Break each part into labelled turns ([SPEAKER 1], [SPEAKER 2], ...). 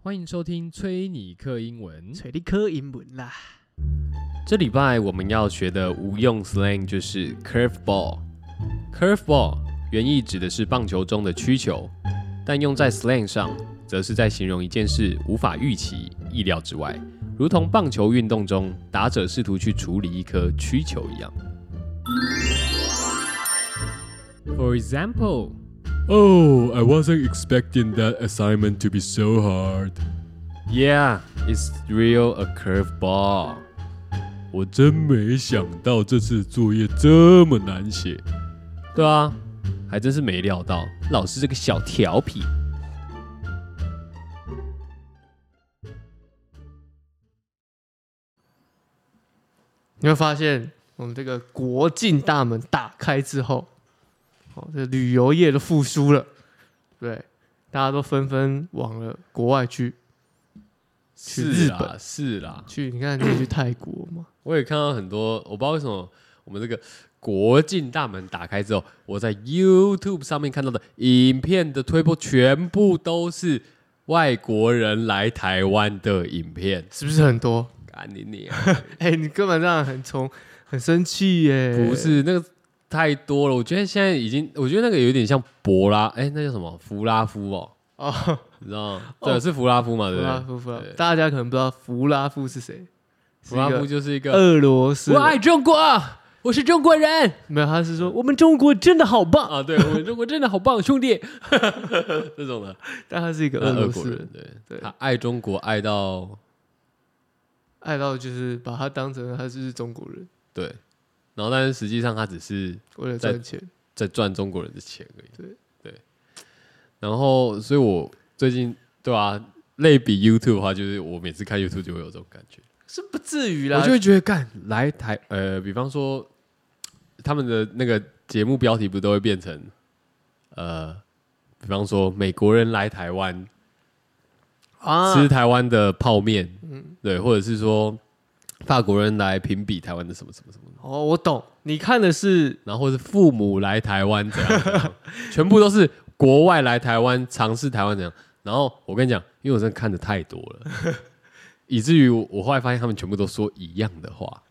[SPEAKER 1] 欢迎收听崔尼克英文。
[SPEAKER 2] 找你科英文啦。
[SPEAKER 1] 这礼拜我们要学的无用 slang 就是 curveball。curveball 原意指的是棒球中的曲球，但用在 slang 上，则是在形容一件事无法预期、意料之外，如同棒球运动中打者试图去处理一颗曲球一样。For example,
[SPEAKER 3] Oh, I wasn't expecting that assignment to be so hard.
[SPEAKER 1] yeah, it's real a curveball.
[SPEAKER 3] 我真没想到这次作业这么难写。
[SPEAKER 1] 对啊，还真是没料到老师这个小调皮。
[SPEAKER 2] 你会发现，我们这个国境大门打开之后，哦，这旅游业的复苏了，对，大家都纷纷往了国外去，去日本
[SPEAKER 1] 是啦，
[SPEAKER 2] 去你看，你也去泰国 嘛，
[SPEAKER 1] 我也看到很多，我不知道为什么我们这个国境大门打开之后，我在 YouTube 上面看到的影片的推播全部都是外国人来台湾的影片，
[SPEAKER 2] 是不是很多？
[SPEAKER 1] 干你你、
[SPEAKER 2] 哎、你根本让人很冲，很生气耶！
[SPEAKER 1] 不，是那个太多了，我觉得现在已经，我觉得那个有点像博拉，哎、那叫什么弗拉夫哦，
[SPEAKER 2] 哦，
[SPEAKER 1] 你知道吗？对，是弗拉夫嘛，对
[SPEAKER 2] 弗
[SPEAKER 1] 不
[SPEAKER 2] 拉
[SPEAKER 1] 对？
[SPEAKER 2] 夫，弗拉夫
[SPEAKER 1] 对，
[SPEAKER 2] 大家可能不知道弗拉夫是谁，
[SPEAKER 1] 弗拉
[SPEAKER 2] 是一
[SPEAKER 1] 夫
[SPEAKER 2] 个
[SPEAKER 1] 就是一哎个
[SPEAKER 2] 俄罗斯
[SPEAKER 1] 我
[SPEAKER 2] 人，
[SPEAKER 1] 爱中国，我是中国人
[SPEAKER 2] 没有，他是
[SPEAKER 1] 嗯
[SPEAKER 2] 说我们中国真的好棒，
[SPEAKER 1] 啊！对我中国真的好棒，兄 弟，这种的
[SPEAKER 2] 但他是一个呃俄
[SPEAKER 1] 那俄
[SPEAKER 2] 罗
[SPEAKER 1] 国
[SPEAKER 2] 斯
[SPEAKER 1] 人
[SPEAKER 2] 人，
[SPEAKER 1] 对，
[SPEAKER 2] 对
[SPEAKER 1] 他爱中国爱到
[SPEAKER 2] 爱到哎就是把他当成他是中国人，
[SPEAKER 1] 对，然后但是实际上他只是
[SPEAKER 2] 为了
[SPEAKER 1] 在
[SPEAKER 2] 赚钱。
[SPEAKER 1] 在赚中国人的钱而已。
[SPEAKER 2] 对
[SPEAKER 1] 对，然后所以我最近对啊，类比 YouTube 的话，就是我每次看 YouTube 就会有这种感觉，
[SPEAKER 2] 是不至于啦，
[SPEAKER 1] 我就会觉得干来台呃，比方说他们的那个节目标题不都会变成呃，比方说美国人来台湾。
[SPEAKER 2] 啊，
[SPEAKER 1] 吃台湾的泡面，对，或者是说法国人来评比台湾的什么什么什么，
[SPEAKER 2] 哦，我懂，你看的是
[SPEAKER 1] 然后或是父母来台湾怎样怎样， 全部都是国外来台湾尝试台湾怎样。然后我跟你讲，因为我真的看的太多了，以至于我我后来发现他们全部都说一样的话。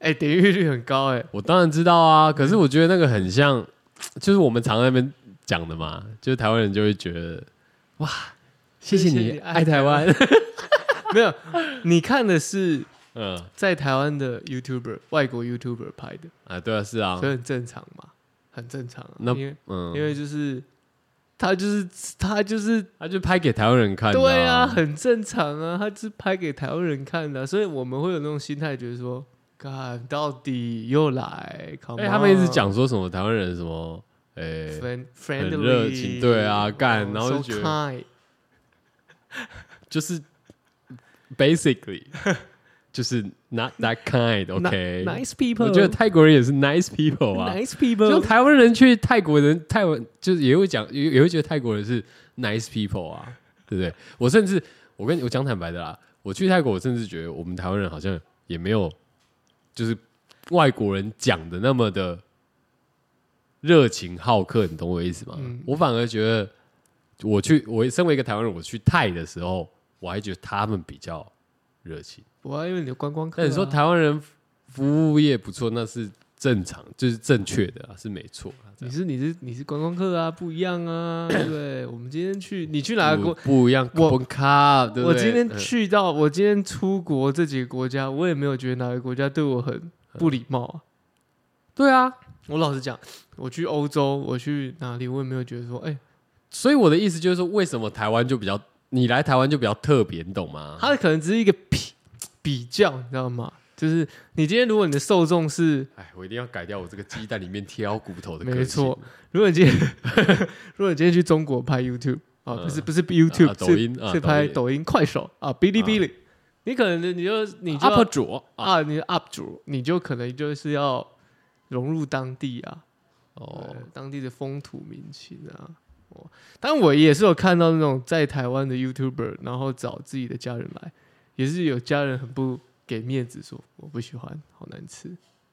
[SPEAKER 2] 哎、点阅率很高哎、
[SPEAKER 1] 我当然知道啊，可是我觉得那个很像，就是我们常在那边讲的嘛，就是台湾人就会觉得哇，谢谢
[SPEAKER 2] 谢谢
[SPEAKER 1] 你
[SPEAKER 2] 你
[SPEAKER 1] 爱台湾，
[SPEAKER 2] 没有，你看的是
[SPEAKER 1] 嗯
[SPEAKER 2] 在台湾的 YouTuber 外国 YouTuber 拍的，
[SPEAKER 1] 啊，对啊，是啊
[SPEAKER 2] 所，以很正常嘛，很正常、啊。
[SPEAKER 1] 那
[SPEAKER 2] 因为、
[SPEAKER 1] 嗯，
[SPEAKER 2] 因为就是他就是他就是
[SPEAKER 1] 他就拍给台湾人看的、
[SPEAKER 2] 对啊，，很正常啊，他是拍给台湾人看的啊、所以我们会有那种心态，觉得说，干到底又来，
[SPEAKER 1] 哎、他们一直讲说什么台湾人什么，哎、
[SPEAKER 2] friend
[SPEAKER 1] 很
[SPEAKER 2] friendly，哦
[SPEAKER 1] 热情对啊干然后就觉得
[SPEAKER 2] so kind
[SPEAKER 1] 就是 basically 就是 not that kind，OK、
[SPEAKER 2] nice people，
[SPEAKER 1] 我觉得泰国人也是 nice people 啊，
[SPEAKER 2] nice
[SPEAKER 1] 就
[SPEAKER 2] people，
[SPEAKER 1] 台湾人去泰国人，泰文就是也会讲，也也会觉得泰国人是 nice people 啊，对不对？我甚至我跟你我讲坦白的啦，我去泰国，我甚至觉得我们台湾人好像也没有就是外国人讲的那么的热情好客，你懂我意思吗？
[SPEAKER 2] 嗯
[SPEAKER 1] 我反而觉得我去我身为一个台湾人，我去泰的时候，我还觉得他们比较热情。
[SPEAKER 2] 我要因为你的观光客、啊，
[SPEAKER 1] 那你说台湾人服务业不错，那是正常，就是正确的啊，是没错啊。这
[SPEAKER 2] 你
[SPEAKER 1] 样
[SPEAKER 2] 是你是你是观光客啊，不一样啊，对不对？ 我们今天去，你去哪个
[SPEAKER 1] 不
[SPEAKER 2] 国？
[SPEAKER 1] 不一样？
[SPEAKER 2] 我
[SPEAKER 1] 我卡，对不
[SPEAKER 2] 我
[SPEAKER 1] 对
[SPEAKER 2] 今天
[SPEAKER 1] 嗯
[SPEAKER 2] 去到，我今天出国这几个国家，我也没有觉得哪个国家对我
[SPEAKER 1] 嗯
[SPEAKER 2] 很不礼貌啊。
[SPEAKER 1] 对啊，
[SPEAKER 2] 我老实讲，我去欧洲，我去哪里，我也没有觉得说，哎、
[SPEAKER 1] 所以我的意思就是说，为什么台湾就比较你来台湾就比较特别，你懂吗？
[SPEAKER 2] 它可能只是一个比比较，你知道吗？就是你今天如果你的受众是，
[SPEAKER 1] 哎，我一定要改掉我这个鸡蛋里面挑骨头 的个性。啊
[SPEAKER 2] 没错如果你今天 如果你今天去中国拍 YouTube 啊，
[SPEAKER 1] 嗯
[SPEAKER 2] 不是不是 YouTube，、
[SPEAKER 1] 啊抖
[SPEAKER 2] 是
[SPEAKER 1] 音啊
[SPEAKER 2] 是拍
[SPEAKER 1] 抖
[SPEAKER 2] 抖音、快手啊、哔哩哔哩，你可能你就你就要
[SPEAKER 1] ，UP 主啊，
[SPEAKER 2] 啊，你是 UP 主，你就可能就是要融入当地啊，
[SPEAKER 1] 哦
[SPEAKER 2] 哦，，当地的风土民情啊。哦，但我也是有看到那种在台湾的 YouTuber，然后找自己的家人来，也是有家人很不给面子说我不喜欢，好难吃，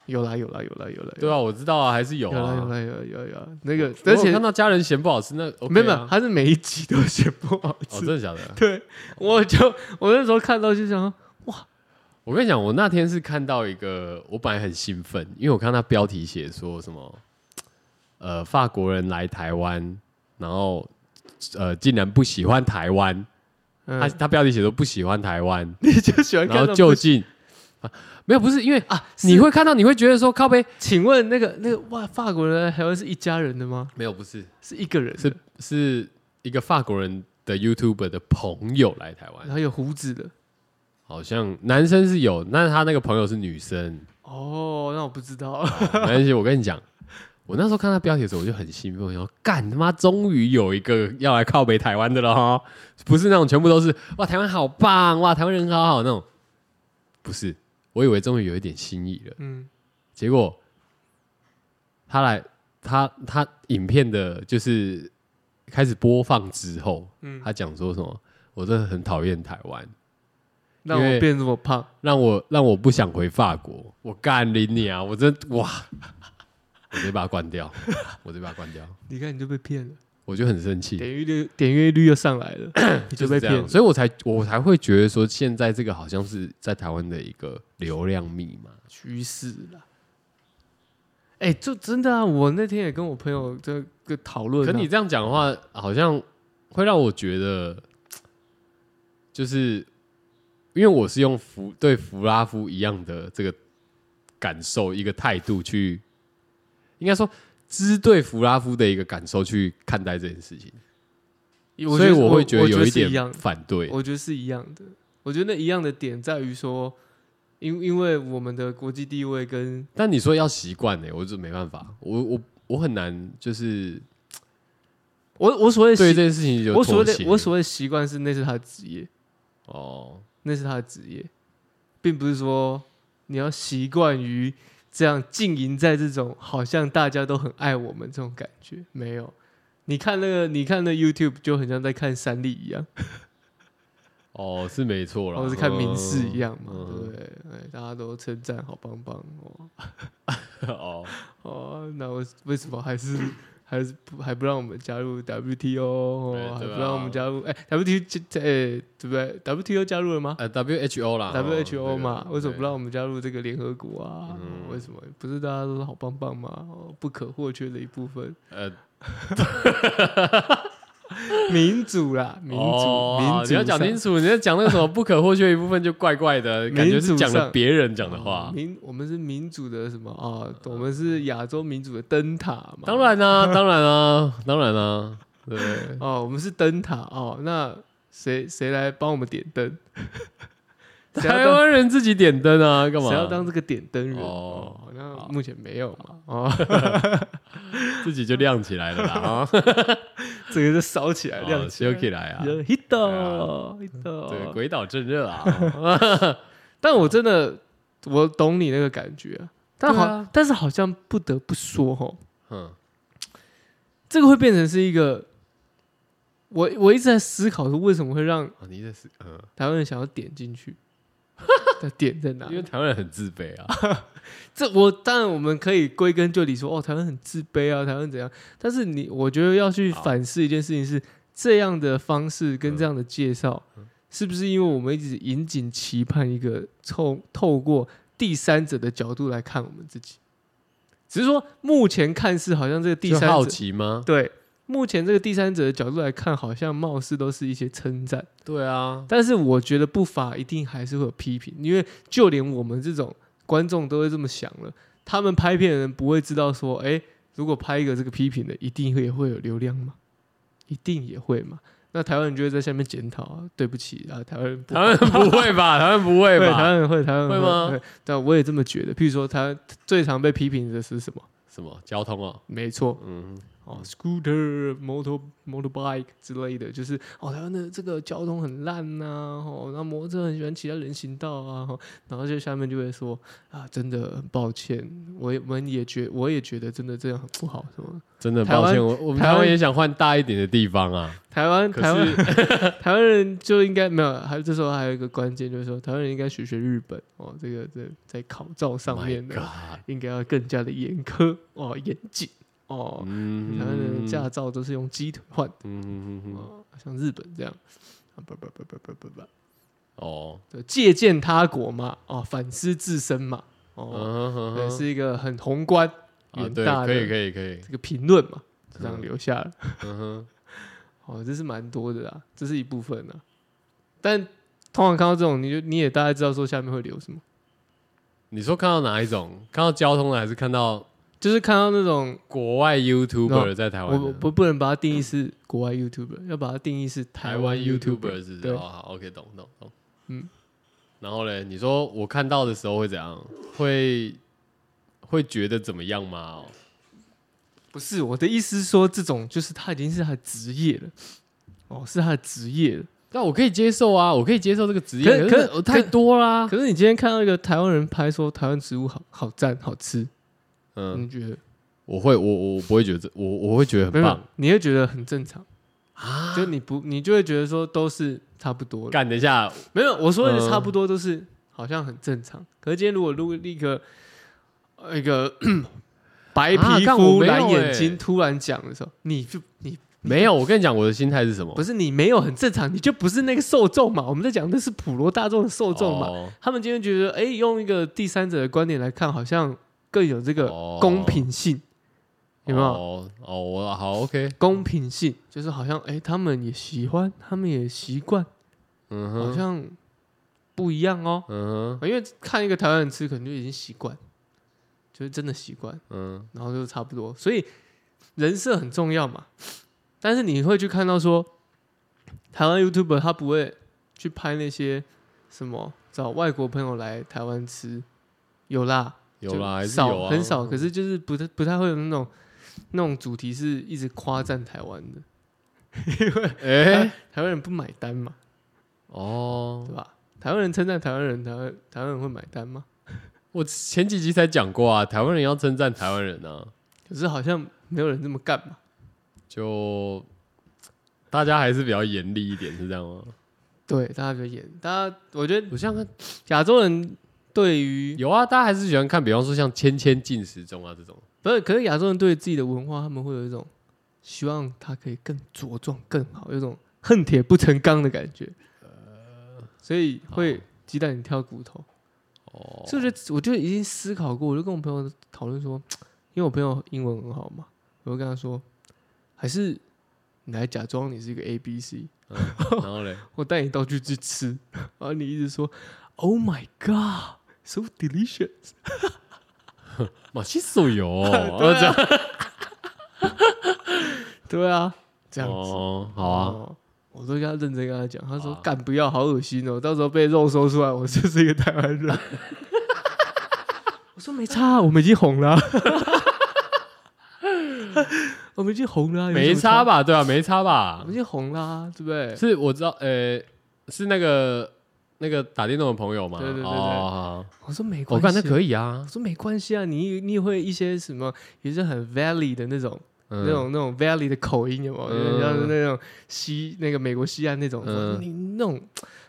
[SPEAKER 2] 有啦有啦有啦有啦，
[SPEAKER 1] 对啊，我知道啊，还是有
[SPEAKER 2] 有啦有
[SPEAKER 1] 啊。
[SPEAKER 2] 啦有啦有啦有啦，那个
[SPEAKER 1] 我
[SPEAKER 2] 而
[SPEAKER 1] 有
[SPEAKER 2] 且
[SPEAKER 1] 看到家人嫌不好吃，那 OK
[SPEAKER 2] 没有没有，
[SPEAKER 1] 啊
[SPEAKER 2] 他是每一集都写不好
[SPEAKER 1] 哦，
[SPEAKER 2] 吃，
[SPEAKER 1] 真的假的？
[SPEAKER 2] 对，我就我那时候看到就想说，
[SPEAKER 1] 我跟你讲，我那天是看到一个，我本来很兴奋，因为我看到标题写说什么，呃，法国人来台湾，然后呃，竟然不喜欢台湾，
[SPEAKER 2] 嗯
[SPEAKER 1] 他他标题写说不喜欢台湾，
[SPEAKER 2] 你就喜欢看
[SPEAKER 1] 然
[SPEAKER 2] 到
[SPEAKER 1] 后就近啊，没有，不是因为
[SPEAKER 2] 啊？
[SPEAKER 1] 你
[SPEAKER 2] 你会？
[SPEAKER 1] 会看到，你会觉得说靠背，
[SPEAKER 2] 请问那个那个哇，法国人台湾是一家人的吗？
[SPEAKER 1] 没有，不是，
[SPEAKER 2] 是一个人的
[SPEAKER 1] 是是一个法国人的 YouTuber 的朋友来台湾
[SPEAKER 2] 然，后有胡子的。
[SPEAKER 1] 好像男生是有，但是他那个朋友是女生，
[SPEAKER 2] 哦，那我不知 道。
[SPEAKER 1] 没关系，我跟你讲，我那时候看到标题的时候，我就很兴奋，我想说干他妈，终于有一个要来靠北台湾的了哈！不是那种全部都是哇，台湾好棒，哇，台湾人好好那种，不是，我以为终于有一点新意了，
[SPEAKER 2] 嗯，
[SPEAKER 1] 结果他来，他他影片的就是开始播放之后，
[SPEAKER 2] 嗯
[SPEAKER 1] 他讲说什么，我真的很讨厌台湾。
[SPEAKER 2] 让
[SPEAKER 1] 因
[SPEAKER 2] 我
[SPEAKER 1] 为
[SPEAKER 2] 变这么胖，
[SPEAKER 1] 让我让我不想回法国，我干你你啊！我真哇，我直接把它关掉，我直接把它关掉，
[SPEAKER 2] 你看你就被骗了，
[SPEAKER 1] 我就很生气，
[SPEAKER 2] 点阅率点阅率又上来 了，你
[SPEAKER 1] 就
[SPEAKER 2] 就是被
[SPEAKER 1] 这
[SPEAKER 2] 骗
[SPEAKER 1] 样，
[SPEAKER 2] 了。
[SPEAKER 1] 所以我才我才会觉得说，现在这个好像是在台湾的一个流量密码，
[SPEAKER 2] 趋势啦。哎、就真的啊！我那天也跟我朋友这个讨论、啊，
[SPEAKER 1] 可你这样讲的话，好像会让我觉得，就是因为我是用弗对弗拉夫一样的这个感受、一个态度去，应该说知对弗拉夫的一个感受去看待这件事情，
[SPEAKER 2] 我
[SPEAKER 1] 所以
[SPEAKER 2] 觉得我
[SPEAKER 1] 会觉得有
[SPEAKER 2] 是一
[SPEAKER 1] 点
[SPEAKER 2] 样
[SPEAKER 1] 反对。
[SPEAKER 2] 我觉得是一样的。我觉得那一样的点在于说，因因为我们的国际地位跟
[SPEAKER 1] 但你说要习惯呢，我就没办法，我我我很难，就是
[SPEAKER 2] 我我所谓的
[SPEAKER 1] 对这件
[SPEAKER 2] 习，
[SPEAKER 1] 事情有
[SPEAKER 2] 我所
[SPEAKER 1] 妥
[SPEAKER 2] 谓的
[SPEAKER 1] 协。
[SPEAKER 2] 我所谓的习惯是那是他的职业，
[SPEAKER 1] 哦，
[SPEAKER 2] 那是他的职业，并不是说你要习惯于这样经营在这种好像大家都很爱我们这种感觉。没有，你看那个你看那 YouTube 就很像在看三立一样，
[SPEAKER 1] 哦，是没错啦，
[SPEAKER 2] 或者是看民视
[SPEAKER 1] 样。
[SPEAKER 2] 一样嘛，
[SPEAKER 1] 嗯
[SPEAKER 2] 对不对？哎，大家都称赞好棒棒哦
[SPEAKER 1] 哦，
[SPEAKER 2] 哦，那我为什么还是？还是不还不让我们加入 WTO，、哦
[SPEAKER 1] 哎
[SPEAKER 2] 还
[SPEAKER 1] 对啊
[SPEAKER 2] 不让我们加入哎、WTO 这哎对不对？WTO 加入了吗？
[SPEAKER 1] 呃，WHO 啦
[SPEAKER 2] WHO 嘛，为什么不让
[SPEAKER 1] 让？
[SPEAKER 2] 我们加入这个联合国啊？
[SPEAKER 1] 嗯
[SPEAKER 2] 为什么不是大家都是好棒棒吗？哦不可或缺的一部分，
[SPEAKER 1] 呃，
[SPEAKER 2] 民主啦，民主，
[SPEAKER 1] 哦好
[SPEAKER 2] 民主
[SPEAKER 1] 你要讲清楚，你要讲那个什么不可或缺的一部分就怪怪的，
[SPEAKER 2] 民主
[SPEAKER 1] 感觉是讲了
[SPEAKER 2] 上
[SPEAKER 1] 别人讲
[SPEAKER 2] 讲
[SPEAKER 1] 的话。嗯
[SPEAKER 2] 民我们是民主的什么啊？我们是亚洲民主的灯塔嘛？
[SPEAKER 1] 当然啦，当然啦， 当然啦，对 不对，
[SPEAKER 2] 哦，我们是灯塔哦，那谁谁来帮我们点灯？谁要当
[SPEAKER 1] 台湾人自己点灯啊，干
[SPEAKER 2] 谁要当
[SPEAKER 1] 嘛？
[SPEAKER 2] 这个点灯人？
[SPEAKER 1] 哦
[SPEAKER 2] 哦，那目前没有嘛？哦，
[SPEAKER 1] 自己就亮起来了 啦，啊，
[SPEAKER 2] 这个就烧起来，亮
[SPEAKER 1] 哦
[SPEAKER 2] 起来
[SPEAKER 1] 修起来啊，
[SPEAKER 2] ，hit
[SPEAKER 1] 啊
[SPEAKER 2] hit，
[SPEAKER 1] 对，鬼岛正热 啊，
[SPEAKER 2] 但我真的我懂你那个感觉啊、但好，
[SPEAKER 1] 嗯对啊
[SPEAKER 2] 但是好像不得不说哦，
[SPEAKER 1] 嗯，
[SPEAKER 2] 这个会变成是一个，我我一直在思考说为什么会让
[SPEAKER 1] 哦你这是嗯，
[SPEAKER 2] 台湾人想要点进 去，的点在哪
[SPEAKER 1] 因？为台湾人很自卑啊，
[SPEAKER 2] 这我当然我们可以归根究底说哦，台湾很自卑啊，台湾怎样？但是你我觉得要去
[SPEAKER 1] 好
[SPEAKER 2] 反思一件事情是这样的方式跟
[SPEAKER 1] 嗯
[SPEAKER 2] 这样的介绍，是不是因为我们一直引颈期盼一个透透过第三者的角度来看我们自己？只是说目前看似好像这个第
[SPEAKER 1] 就
[SPEAKER 2] 三
[SPEAKER 1] 好
[SPEAKER 2] 者
[SPEAKER 1] 奇吗？
[SPEAKER 2] 对目前这个第三者的角度来看，好像貌似都是一些称赞。
[SPEAKER 1] 对啊，
[SPEAKER 2] 但是我觉得不乏一定还是会有批评，因为就连我们这种观众都会这么想了。他们拍片的人不会知道说，哎，如果拍一个这个批评的，一定会也会有流量吗？一定也会嘛？那台湾人就会在下面检讨啊，对不起啊，台湾人不
[SPEAKER 1] 台湾人不会吧？台湾人不会
[SPEAKER 2] 对台
[SPEAKER 1] 吧？
[SPEAKER 2] 湾人会，台湾人
[SPEAKER 1] 会吗
[SPEAKER 2] 对但我也这么觉得。譬如说，他最常被批评的是什么？
[SPEAKER 1] 什么交通哦？
[SPEAKER 2] 没错
[SPEAKER 1] 嗯，
[SPEAKER 2] 哦，scooter、motor、motorbike 之类的，就是哦，台湾的这个交通很烂呐、哦，那摩托车很喜欢骑在人行道啊，哦然后就下面就会说啊，真的很抱歉，我也我们也觉我也觉得真的这样很不好什么的。
[SPEAKER 1] 真的很
[SPEAKER 2] 台湾
[SPEAKER 1] 抱歉，我我们
[SPEAKER 2] 台
[SPEAKER 1] 台
[SPEAKER 2] 湾
[SPEAKER 1] 湾也想换大一点的地方啊，
[SPEAKER 2] 台湾
[SPEAKER 1] 可
[SPEAKER 2] 台湾
[SPEAKER 1] 是
[SPEAKER 2] 台湾 人就应该没有，还有这时候还有一个关键就是说，台湾人应该学学日本哦，这个在在考照上
[SPEAKER 1] My
[SPEAKER 2] 面的
[SPEAKER 1] God，
[SPEAKER 2] 应该要更加的严苛哦，严谨哦。台湾人
[SPEAKER 1] 嗯，
[SPEAKER 2] 的驾照都是用鸡腿换的
[SPEAKER 1] 嗯嗯嗯嗯
[SPEAKER 2] 哦，像日本这样，啊不不不不不不不，
[SPEAKER 1] 哦，
[SPEAKER 2] 对借鉴他国嘛，哦，反思自身嘛，
[SPEAKER 1] 嗯
[SPEAKER 2] 哦，
[SPEAKER 1] 哼哼
[SPEAKER 2] 对，
[SPEAKER 1] 哼
[SPEAKER 2] 是一个很宏观
[SPEAKER 1] 啊，
[SPEAKER 2] 远
[SPEAKER 1] 对，
[SPEAKER 2] 大
[SPEAKER 1] 可以
[SPEAKER 2] 的
[SPEAKER 1] 可以可以，
[SPEAKER 2] 这个评论嘛，就这样
[SPEAKER 1] 嗯
[SPEAKER 2] 留下了。
[SPEAKER 1] 嗯哼，
[SPEAKER 2] 哦，这是蛮多的啦，这是一部分啦。但通常看到这种，你就你也大概知道说下面会留什么，
[SPEAKER 1] 你说看到哪一种？看到交通的，还是看到
[SPEAKER 2] 就是看到那种
[SPEAKER 1] 国外 YouTuber 在台湾
[SPEAKER 2] 我
[SPEAKER 1] 的？
[SPEAKER 2] 不不能把它定义是国外 YouTuber，要把它定义是
[SPEAKER 1] 台
[SPEAKER 2] 湾
[SPEAKER 1] 湾 YouTuber 是不是？
[SPEAKER 2] 对
[SPEAKER 1] 哦，好，OK，懂懂懂。
[SPEAKER 2] 嗯，
[SPEAKER 1] 然后嘞，你说我看到的时候会怎样？会会觉得怎么样吗？哦
[SPEAKER 2] 不是我的意思是说，这种就是他已经是他的职业了，哦，是他的职业了。
[SPEAKER 1] 但我可以接受啊，我可以接受这个职业，
[SPEAKER 2] 可
[SPEAKER 1] 可
[SPEAKER 2] 可
[SPEAKER 1] 是我太多啦。
[SPEAKER 2] 可是你今天看到一个台湾人拍说台湾食物好好赞好吃，
[SPEAKER 1] 嗯，
[SPEAKER 2] 你觉得
[SPEAKER 1] 我会，我我我不会觉得这，我我会觉得
[SPEAKER 2] 没
[SPEAKER 1] 很棒
[SPEAKER 2] 有，你会觉得很正常，
[SPEAKER 1] 啊。
[SPEAKER 2] 就你不你就会觉得说都是差不多了。
[SPEAKER 1] 干，等一下，
[SPEAKER 2] 没有，我说的
[SPEAKER 1] 嗯
[SPEAKER 2] 差不多都是、好像很正常。可是今天如果录一个呃一个 白
[SPEAKER 1] 啊
[SPEAKER 2] 皮
[SPEAKER 1] 干
[SPEAKER 2] 肤、
[SPEAKER 1] 我没有
[SPEAKER 2] 蓝眼
[SPEAKER 1] 欸
[SPEAKER 2] 睛突然讲的时候，你就你
[SPEAKER 1] 没有，我欸跟你讲，我的心态是什么？
[SPEAKER 2] 不是你没有很正常，你就不是那个受众嘛。我们在讲的是普罗大众的受众嘛。
[SPEAKER 1] 哦
[SPEAKER 2] 他们今天觉得，哎、用一个第三者的观点来看，好像更有这个
[SPEAKER 1] 哦
[SPEAKER 2] 公平性，有没有？
[SPEAKER 1] 哦，哦我好 OK，
[SPEAKER 2] 公平性就是好像，哎、他们也喜欢，他们也习惯，
[SPEAKER 1] 嗯
[SPEAKER 2] 好
[SPEAKER 1] 哼，
[SPEAKER 2] 像不一样哦。
[SPEAKER 1] 嗯哼，
[SPEAKER 2] 因为看一个台湾人吃，可能就已经习惯，就是真的习惯，
[SPEAKER 1] 嗯，
[SPEAKER 2] 然后就差不多。所以人设很重要嘛。但是你会去看到说，台湾 YouTuber 他不会去拍那些什么找外国朋友来台湾吃，有啦，
[SPEAKER 1] 有啦，还
[SPEAKER 2] 就是少
[SPEAKER 1] 有啊，
[SPEAKER 2] 很少，可是就是不太不太会有那种那种主题是一直夸赞台湾的，
[SPEAKER 1] 哎、
[SPEAKER 2] 台台湾人不买单嘛，
[SPEAKER 1] 哦
[SPEAKER 2] 对，吧？台湾人称赞台湾人，台湾台湾人会买单吗？
[SPEAKER 1] 我前几集才讲过啊，台湾人要称赞台湾人啊，
[SPEAKER 2] 可是好像没有人这么干嘛。
[SPEAKER 1] 就大家还是比较严厉一点，是这样吗？
[SPEAKER 2] 嗯对，大家比较严。大家，我觉得
[SPEAKER 1] 我像
[SPEAKER 2] 亚洲人对于
[SPEAKER 1] 有啊，大家还是喜欢看，比方说像《千千进时钟》啊这种，
[SPEAKER 2] 不是，可是亚洲人对自己的文化，他们会有一种希望它可以更茁壮、更好，有一种恨铁不成钢的感觉。所以会
[SPEAKER 1] 好
[SPEAKER 2] 鸡蛋里挑骨头。
[SPEAKER 1] 哦，
[SPEAKER 2] 所以我觉得，我就已经思考过，我就跟我朋友讨论说，因为我朋友英文很好嘛，我就跟他说，还是你来假装你是一个 A B C，
[SPEAKER 1] 嗯然后嘞，
[SPEAKER 2] 我带你到处去吃， 然后你一直说，Oh my God，so delicious。
[SPEAKER 1] 马西手游，
[SPEAKER 2] 对
[SPEAKER 1] 哦
[SPEAKER 2] 啊
[SPEAKER 1] 这样，
[SPEAKER 2] 对啊，这样子。
[SPEAKER 1] 哦，好啊，
[SPEAKER 2] 哦我都跟他认真跟他讲，他说
[SPEAKER 1] 好啊：“
[SPEAKER 2] 干不要，好恶心哦！到时候被肉搜出来，我就是一个台湾人。” 我说：“没差啊，我们已经红了啊、 我们已经红了啊、有什么
[SPEAKER 1] 没差？吧？对啊，没差
[SPEAKER 2] 我
[SPEAKER 1] 吧
[SPEAKER 2] 们已？经红了啊、对不对？
[SPEAKER 1] 是我知道，呃，是那个那个打电动的朋友吗？
[SPEAKER 2] 对对对对
[SPEAKER 1] 哦，
[SPEAKER 2] 我说没
[SPEAKER 1] 我
[SPEAKER 2] 关
[SPEAKER 1] 看
[SPEAKER 2] 系、啊，
[SPEAKER 1] 那可
[SPEAKER 2] 以。
[SPEAKER 1] 以啊
[SPEAKER 2] 我，说没关系啊，你你也会一些什么，也是很 valley 的那种、
[SPEAKER 1] 嗯
[SPEAKER 2] 那种那种 valley 的口音，有没有？有点像是那种西那个美国西岸那种，
[SPEAKER 1] 嗯
[SPEAKER 2] 你那种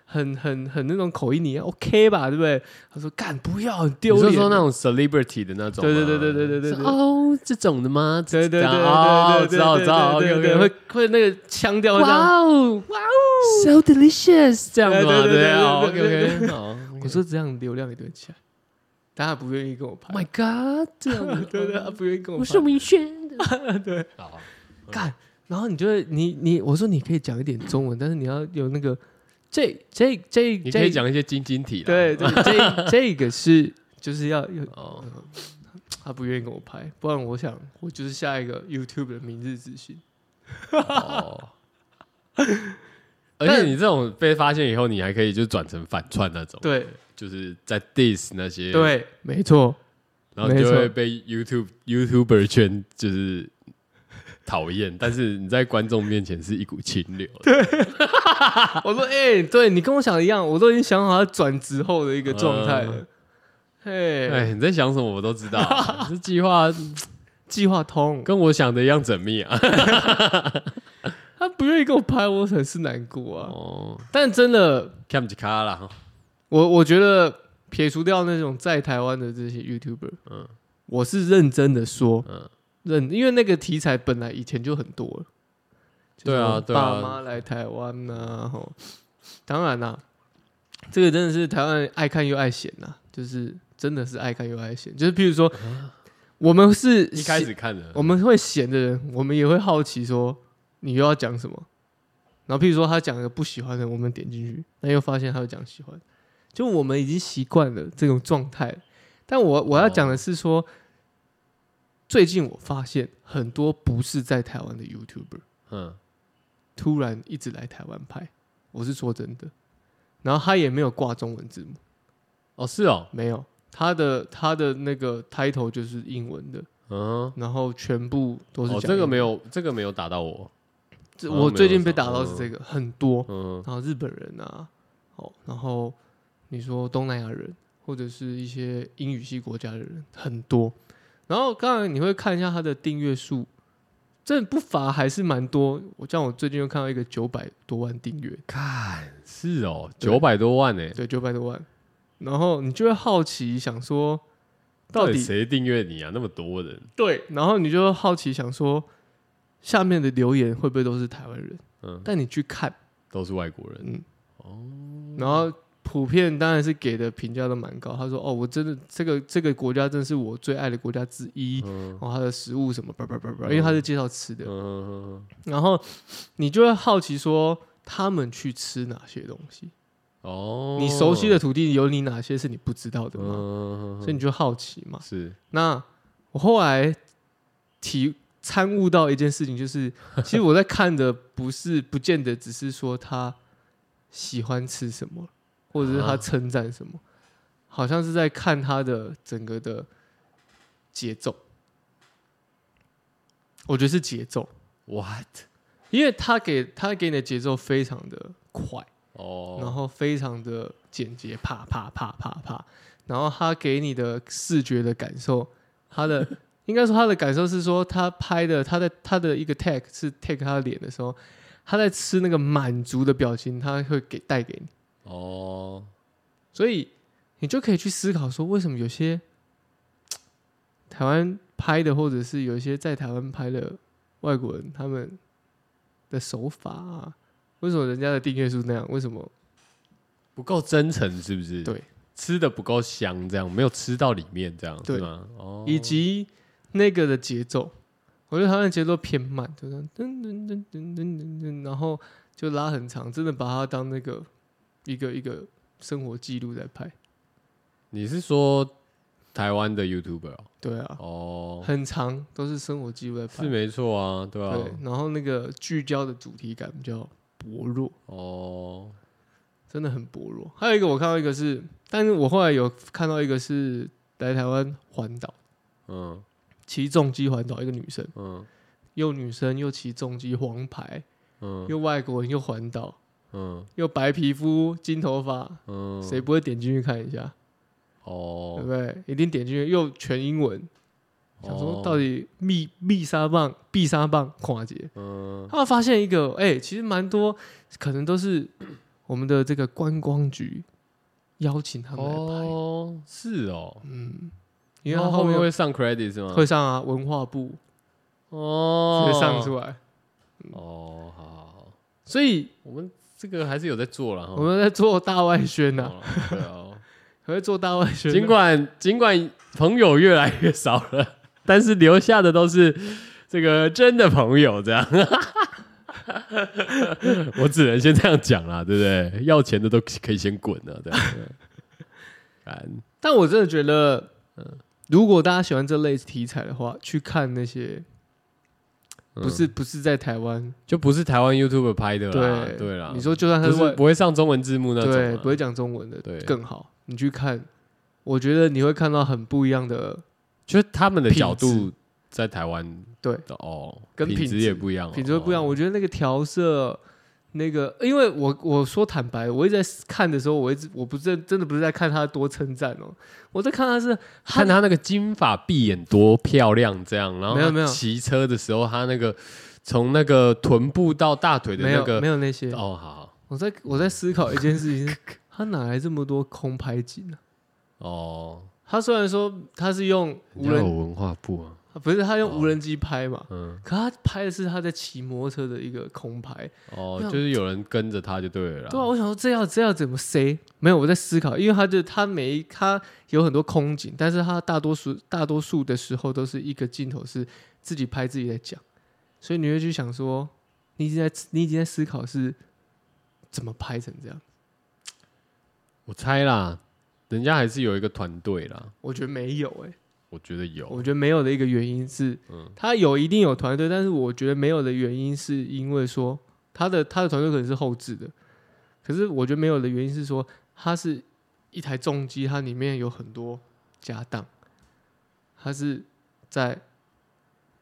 [SPEAKER 2] 很很很那种口音，你 OK 吧？对不对？他说干不要，很丢
[SPEAKER 1] 你
[SPEAKER 2] 脸。
[SPEAKER 1] 是说那种 celebrity 的那种吗？
[SPEAKER 2] 对对对对对对对
[SPEAKER 1] 是
[SPEAKER 2] 对
[SPEAKER 1] 哦，这种的吗？
[SPEAKER 2] 对对对对
[SPEAKER 1] 哦
[SPEAKER 2] 对对对
[SPEAKER 1] 知道知道
[SPEAKER 2] 对对对
[SPEAKER 1] OK，OK
[SPEAKER 2] 会会那个腔调会这样。
[SPEAKER 1] 哦哇哦，so delicious 这样吗？
[SPEAKER 2] 对对对对对
[SPEAKER 1] ，OK
[SPEAKER 2] 对对
[SPEAKER 1] OK，好，
[SPEAKER 2] 我说这样流量也对不起来，大家不愿意跟我拍。
[SPEAKER 1] ，Oh My God，这样子哦
[SPEAKER 2] 对对，他不愿意跟我
[SPEAKER 1] 我
[SPEAKER 2] 拍
[SPEAKER 1] 是。明轩的，好
[SPEAKER 2] 干，然后你就会你你我说你可以讲一点中文，但是你要有那个这这这
[SPEAKER 1] 你可以
[SPEAKER 2] 这
[SPEAKER 1] 讲一些晶晶体啦，
[SPEAKER 2] 对对这这个是就是要有
[SPEAKER 1] 哦，
[SPEAKER 2] 他不愿意跟我拍，不然我想我就是下一个 YouTube 的明日之星。
[SPEAKER 1] 哦。 而且
[SPEAKER 2] 但
[SPEAKER 1] 你这种被发现以后，你还可以就转成反串那种，
[SPEAKER 2] 对
[SPEAKER 1] 就是在 diss 那些，，
[SPEAKER 2] 对，没错，
[SPEAKER 1] 然后你就
[SPEAKER 2] 没错
[SPEAKER 1] 会被 YouTube YouTuber 圈就是讨厌， 但是你在观众面前是一股清流。
[SPEAKER 2] 我说，哎、对你跟我想的一样，我都已经想好他转职后的一个状态了。嘿、
[SPEAKER 1] 嗯哎，你在想什么我都知道，啊 这计划
[SPEAKER 2] 计划通，
[SPEAKER 1] 跟我想的一样缜密啊。
[SPEAKER 2] 他不愿意跟我拍，我很是难过啊。
[SPEAKER 1] 哦
[SPEAKER 2] 但真的，
[SPEAKER 1] 看不起卡啦，哈
[SPEAKER 2] 我我觉得撇除掉那种在台湾的这些 YouTuber，
[SPEAKER 1] 嗯
[SPEAKER 2] 我是认真的说，
[SPEAKER 1] 嗯
[SPEAKER 2] 认，因为那个题材本来以前就很多了。
[SPEAKER 1] 对啊
[SPEAKER 2] 就是
[SPEAKER 1] 对啊
[SPEAKER 2] 爸妈来台湾呐、吼，当然啦、这个真的是台湾人爱看又爱嫌呐、就是真的是爱看又爱嫌。就是譬如说，我们是
[SPEAKER 1] 嗯一开
[SPEAKER 2] 嫌
[SPEAKER 1] 始看的，
[SPEAKER 2] 我们会闲的人，我们也会好奇说你又要讲什么。然后譬如说他讲一个不喜欢的，我们点进去，但又发现他又讲喜欢，就我们已经习惯了这种状态。但我我要讲的是说，最近我发现很多不是在台湾的 YouTuber
[SPEAKER 1] 嗯
[SPEAKER 2] 突然一直来台湾拍，我是说真的。然后他也没有挂中文字幕，
[SPEAKER 1] 哦是哦，
[SPEAKER 2] 没有，他的他的那个 title 就是英文的，
[SPEAKER 1] 嗯，
[SPEAKER 2] 然后全部都是
[SPEAKER 1] 哦
[SPEAKER 2] 讲、
[SPEAKER 1] 这个没。有这个没有打到我，
[SPEAKER 2] 这
[SPEAKER 1] 好像
[SPEAKER 2] 我
[SPEAKER 1] 啊没
[SPEAKER 2] 最
[SPEAKER 1] 有
[SPEAKER 2] 近被
[SPEAKER 1] 什
[SPEAKER 2] 打
[SPEAKER 1] 么
[SPEAKER 2] 到是这个很多，
[SPEAKER 1] 嗯
[SPEAKER 2] 然后日本人啊，哦，然后你说东南亚人或者是一些英语系国家的人很多，然后当然你会看一下他的订阅数，这不乏还是蛮多。我像我最近又看到一个九百多万订阅，
[SPEAKER 1] 看是哦，
[SPEAKER 2] 对
[SPEAKER 1] 九百多万呢，
[SPEAKER 2] 对，九百多万，然后你就会好奇想说，到
[SPEAKER 1] 到
[SPEAKER 2] 底
[SPEAKER 1] 底谁订阅你啊？那么多人，
[SPEAKER 2] 对，然后你就好奇想说，下面的留言会不会都是台湾人？
[SPEAKER 1] 嗯，
[SPEAKER 2] 但你去看。
[SPEAKER 1] 都是外国人，哦
[SPEAKER 2] 嗯，然后普遍当然是给的评价都蛮高。他说：“哦，我真的这个这个国家真是我最爱的国家之一。然后它的食物什么叭叭叭叭，因为他是介绍吃的。
[SPEAKER 1] 嗯，
[SPEAKER 2] 然后你就会好奇说，他们去吃哪些东西？
[SPEAKER 1] 哦，
[SPEAKER 2] 你熟悉的土地有你哪些是你不知道的吗？
[SPEAKER 1] 嗯，
[SPEAKER 2] 所以你就好奇嘛。
[SPEAKER 1] 是
[SPEAKER 2] 那我后来体参悟到一件事情，就是其实我在看的不是不见得只是说他喜欢吃什么，或者是他
[SPEAKER 1] 啊
[SPEAKER 2] 称赞什么，好像是在看他的整个的节奏。我觉得是节奏，
[SPEAKER 1] what
[SPEAKER 2] 因为他给他给你的节奏非常的快。然
[SPEAKER 1] 哦，
[SPEAKER 2] 后非常的简洁，啪啪啪啪啪，然后他给你的视觉的感受，他的应该说他的感受是说他拍的他的他的一个 tag 是 tag 他的脸的时候，他在吃那个满足的表情，他会给带给你，
[SPEAKER 1] 哦，
[SPEAKER 2] 所以你就可以去思考说，为什么有些台湾拍的，或者是有一些在台湾拍的外国人，他们的手法、啊，为什么人家的订阅数那样？为什么？
[SPEAKER 1] 不够真诚是不是？
[SPEAKER 2] 对，
[SPEAKER 1] 吃的不够香，这样没有吃到里面，这样
[SPEAKER 2] 对
[SPEAKER 1] 是吗？哦，
[SPEAKER 2] 以及那个的节奏，我觉得他们的节奏偏慢，就是噔噔噔噔噔噔噔，然后就拉很长，真的把它当那个一个一个生活记录在拍。
[SPEAKER 1] 你是说台湾的 YouTuber 哦
[SPEAKER 2] 对啊，
[SPEAKER 1] 哦，
[SPEAKER 2] 很长都是生活记录在
[SPEAKER 1] 是
[SPEAKER 2] 拍。
[SPEAKER 1] 没错啊，对啊，
[SPEAKER 2] 对，然后那个聚焦的主题感比较薄弱，
[SPEAKER 1] 哦，
[SPEAKER 2] 真的很薄弱。还有一个我看到一个是，但是我后来有看到一个是来台湾环岛
[SPEAKER 1] 嗯
[SPEAKER 2] 骑重机环岛，一个女生，
[SPEAKER 1] 嗯
[SPEAKER 2] 又女生又骑重机黄牌，
[SPEAKER 1] 嗯
[SPEAKER 2] 又外国人又环岛，
[SPEAKER 1] 嗯
[SPEAKER 2] 又白皮肤、金头发，
[SPEAKER 1] 嗯，
[SPEAKER 2] 谁不会点进去看一下？对
[SPEAKER 1] 哦
[SPEAKER 2] 不，对？一定点进去，又全英文，想说
[SPEAKER 1] 哦
[SPEAKER 2] 到底密密沙棒、必沙棒跨界，
[SPEAKER 1] 嗯
[SPEAKER 2] 他们发现一个，哎、其实蛮多，可能都是我们的这个观光局邀请他们来拍，
[SPEAKER 1] 哦是哦，
[SPEAKER 2] 嗯，
[SPEAKER 1] 因
[SPEAKER 2] 因为
[SPEAKER 1] 为
[SPEAKER 2] 他
[SPEAKER 1] 哦后
[SPEAKER 2] 面
[SPEAKER 1] 面
[SPEAKER 2] 会
[SPEAKER 1] 会上 credit 是吗？
[SPEAKER 2] 会上啊，文化部
[SPEAKER 1] 哦，
[SPEAKER 2] 会上出来，
[SPEAKER 1] 哦，好好好，
[SPEAKER 2] 所以
[SPEAKER 1] 我们这个还是有在做了哈，
[SPEAKER 2] 我们在做大外宣呐、
[SPEAKER 1] 哦对啊。
[SPEAKER 2] 还会做大外宣啊，
[SPEAKER 1] 尽管尽管朋友越来越少了， 但是留下的都是这个真的朋友，这样。 我只能先这样讲啦，对不对？要钱的都可以先滚了，这样。干
[SPEAKER 2] 但我真的觉得，呃如果大家喜欢这类题材的话，去看那些
[SPEAKER 1] 嗯
[SPEAKER 2] 不是不是在台湾，
[SPEAKER 1] 就不是台湾 YouTube 拍的啦，
[SPEAKER 2] 对
[SPEAKER 1] 对啦。
[SPEAKER 2] 你说就算他
[SPEAKER 1] 不
[SPEAKER 2] 是
[SPEAKER 1] 是
[SPEAKER 2] 外
[SPEAKER 1] 不会上中文字幕那种啊
[SPEAKER 2] 对
[SPEAKER 1] 啦，
[SPEAKER 2] 不会讲中文的
[SPEAKER 1] 对
[SPEAKER 2] 更好，你
[SPEAKER 1] 哦
[SPEAKER 2] 去看，我觉得你会看到很不一样的，
[SPEAKER 1] 就是他们的角度在台湾
[SPEAKER 2] 对
[SPEAKER 1] 的哦，
[SPEAKER 2] 跟
[SPEAKER 1] 品
[SPEAKER 2] 品
[SPEAKER 1] 质
[SPEAKER 2] 质
[SPEAKER 1] 也不一样哦，
[SPEAKER 2] 品质会不一样。
[SPEAKER 1] 哦
[SPEAKER 2] 我觉得那个调色，那个，因为我我说坦白，我一直在看的时候，我一直我不是真的不是在看他多称赞哦，我在看他是
[SPEAKER 1] 看他那个金发碧眼多漂亮，这样，然后
[SPEAKER 2] 没有没有
[SPEAKER 1] 他骑车的时候，他那个从那个臀部到大腿的
[SPEAKER 2] 没
[SPEAKER 1] 那
[SPEAKER 2] 有、
[SPEAKER 1] 个
[SPEAKER 2] 没，有那些，
[SPEAKER 1] 哦，好好，
[SPEAKER 2] 我在我在思考一件事情是，他哪来这么多空拍景呢、
[SPEAKER 1] 哦，
[SPEAKER 2] 他虽然说他是用无
[SPEAKER 1] 人家有
[SPEAKER 2] 人，
[SPEAKER 1] 文化部啊，
[SPEAKER 2] 不是他用
[SPEAKER 1] 哦
[SPEAKER 2] 无人机拍嘛，
[SPEAKER 1] 嗯，
[SPEAKER 2] 可他拍的是他在骑摩托车的一个空拍，
[SPEAKER 1] 哦，
[SPEAKER 2] 没有
[SPEAKER 1] 就是有人跟着他就对了啦，
[SPEAKER 2] 对啊，我想说这要这要怎么塞？没有，我在思考，因为他就他每一他有很多空景，但是他大多数大多数的时候都是一个镜头是自己拍自己在讲，所以你会去想说，你已经在你已经在思考是怎么拍成这样。
[SPEAKER 1] 我猜啦，人家还是有一个团队啦，
[SPEAKER 2] 我觉得没有哎、
[SPEAKER 1] 我觉得有，
[SPEAKER 2] 我觉得没有的一个原因是，
[SPEAKER 1] 嗯
[SPEAKER 2] 他有一定有团队，但是我觉得没有的原因是因为说他的他的团队可能是后置的，可是我觉得没有的原因是说它是一台重机，它里面有很多家当，它是在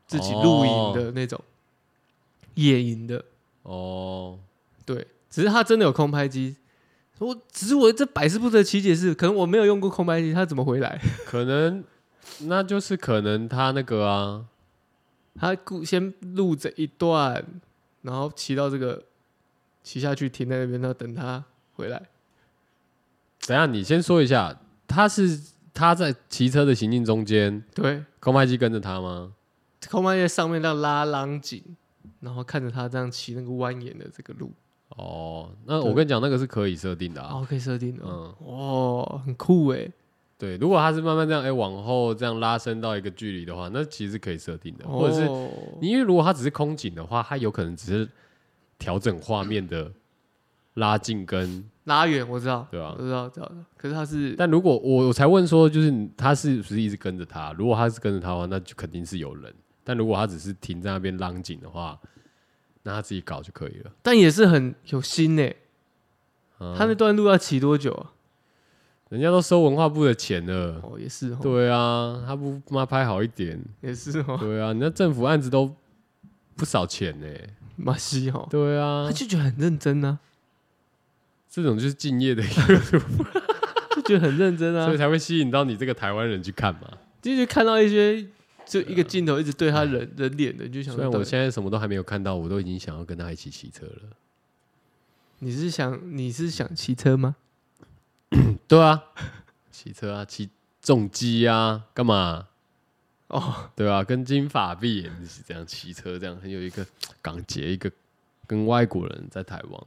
[SPEAKER 2] 自己露营的那种、夜营的，
[SPEAKER 1] 哦，
[SPEAKER 2] 对，只是它真的有空拍机。我只是我这百思不得其解是，可能我没有用过空拍机，它怎么回来？
[SPEAKER 1] 可能那就是可能他那个啊，
[SPEAKER 2] 他故先录这一段，然后骑到这个骑下去，停在那边，然后等他回来。
[SPEAKER 1] 等一下你先说一下，他是他在骑车的行进中间，
[SPEAKER 2] 对，
[SPEAKER 1] 空拍机跟着他吗？
[SPEAKER 2] 空拍在上面让拉郎景，然后看着他这样骑那个蜿蜒的这个路。
[SPEAKER 1] 哦，那我
[SPEAKER 2] 对
[SPEAKER 1] 跟你讲，那个是可以设定的啊。
[SPEAKER 2] 哦，可以设定的，
[SPEAKER 1] 嗯，
[SPEAKER 2] 哦，很酷哎。
[SPEAKER 1] 对，如果他是慢慢这样，哎、往后这样拉伸到一个距离的话，那其实是可以设定的，或者是
[SPEAKER 2] 哦
[SPEAKER 1] 因为如果它只是空景的话，它有可能只是调整画面的拉近跟，
[SPEAKER 2] 拉远，我知道，
[SPEAKER 1] 对啊
[SPEAKER 2] 我知道，知道的。可是他是
[SPEAKER 1] 但如果我我才问说，就是他是不是一直跟着他？如果他是跟着他的话，那就肯定是有人；但如果他只是停在那边浪景的话，那他自己搞就可以了。
[SPEAKER 2] 但也是很有心哎。
[SPEAKER 1] 嗯
[SPEAKER 2] 他那段路要骑多久啊？
[SPEAKER 1] 人家都收文化部的钱了，
[SPEAKER 2] 哦，也是哦，
[SPEAKER 1] 嗯对啊，他不妈拍好一 点？
[SPEAKER 2] 也是哦，
[SPEAKER 1] 对啊，人家政府案子都不少钱呢、
[SPEAKER 2] 马西哦，
[SPEAKER 1] 对啊
[SPEAKER 2] 他，就觉得很认真啊，
[SPEAKER 1] 这种就是敬业的，
[SPEAKER 2] 就觉得很认真 啊
[SPEAKER 1] 所以。才会吸引到你这个台湾人去看嘛。
[SPEAKER 2] 就是看到一些就一个镜头一直对他人人脸的，你就想
[SPEAKER 1] 虽然
[SPEAKER 2] 说，
[SPEAKER 1] 我
[SPEAKER 2] 到底
[SPEAKER 1] 现在什么都还没有看到，我都已经想要跟他一起骑车了。
[SPEAKER 2] 你是想你是想骑车吗？
[SPEAKER 1] 对啊，骑车啊，骑重机啊，干嘛？
[SPEAKER 2] 哦，
[SPEAKER 1] 对啊，跟金发碧眼是这样骑车，这样很有一个港姐，一个跟外国人在台湾。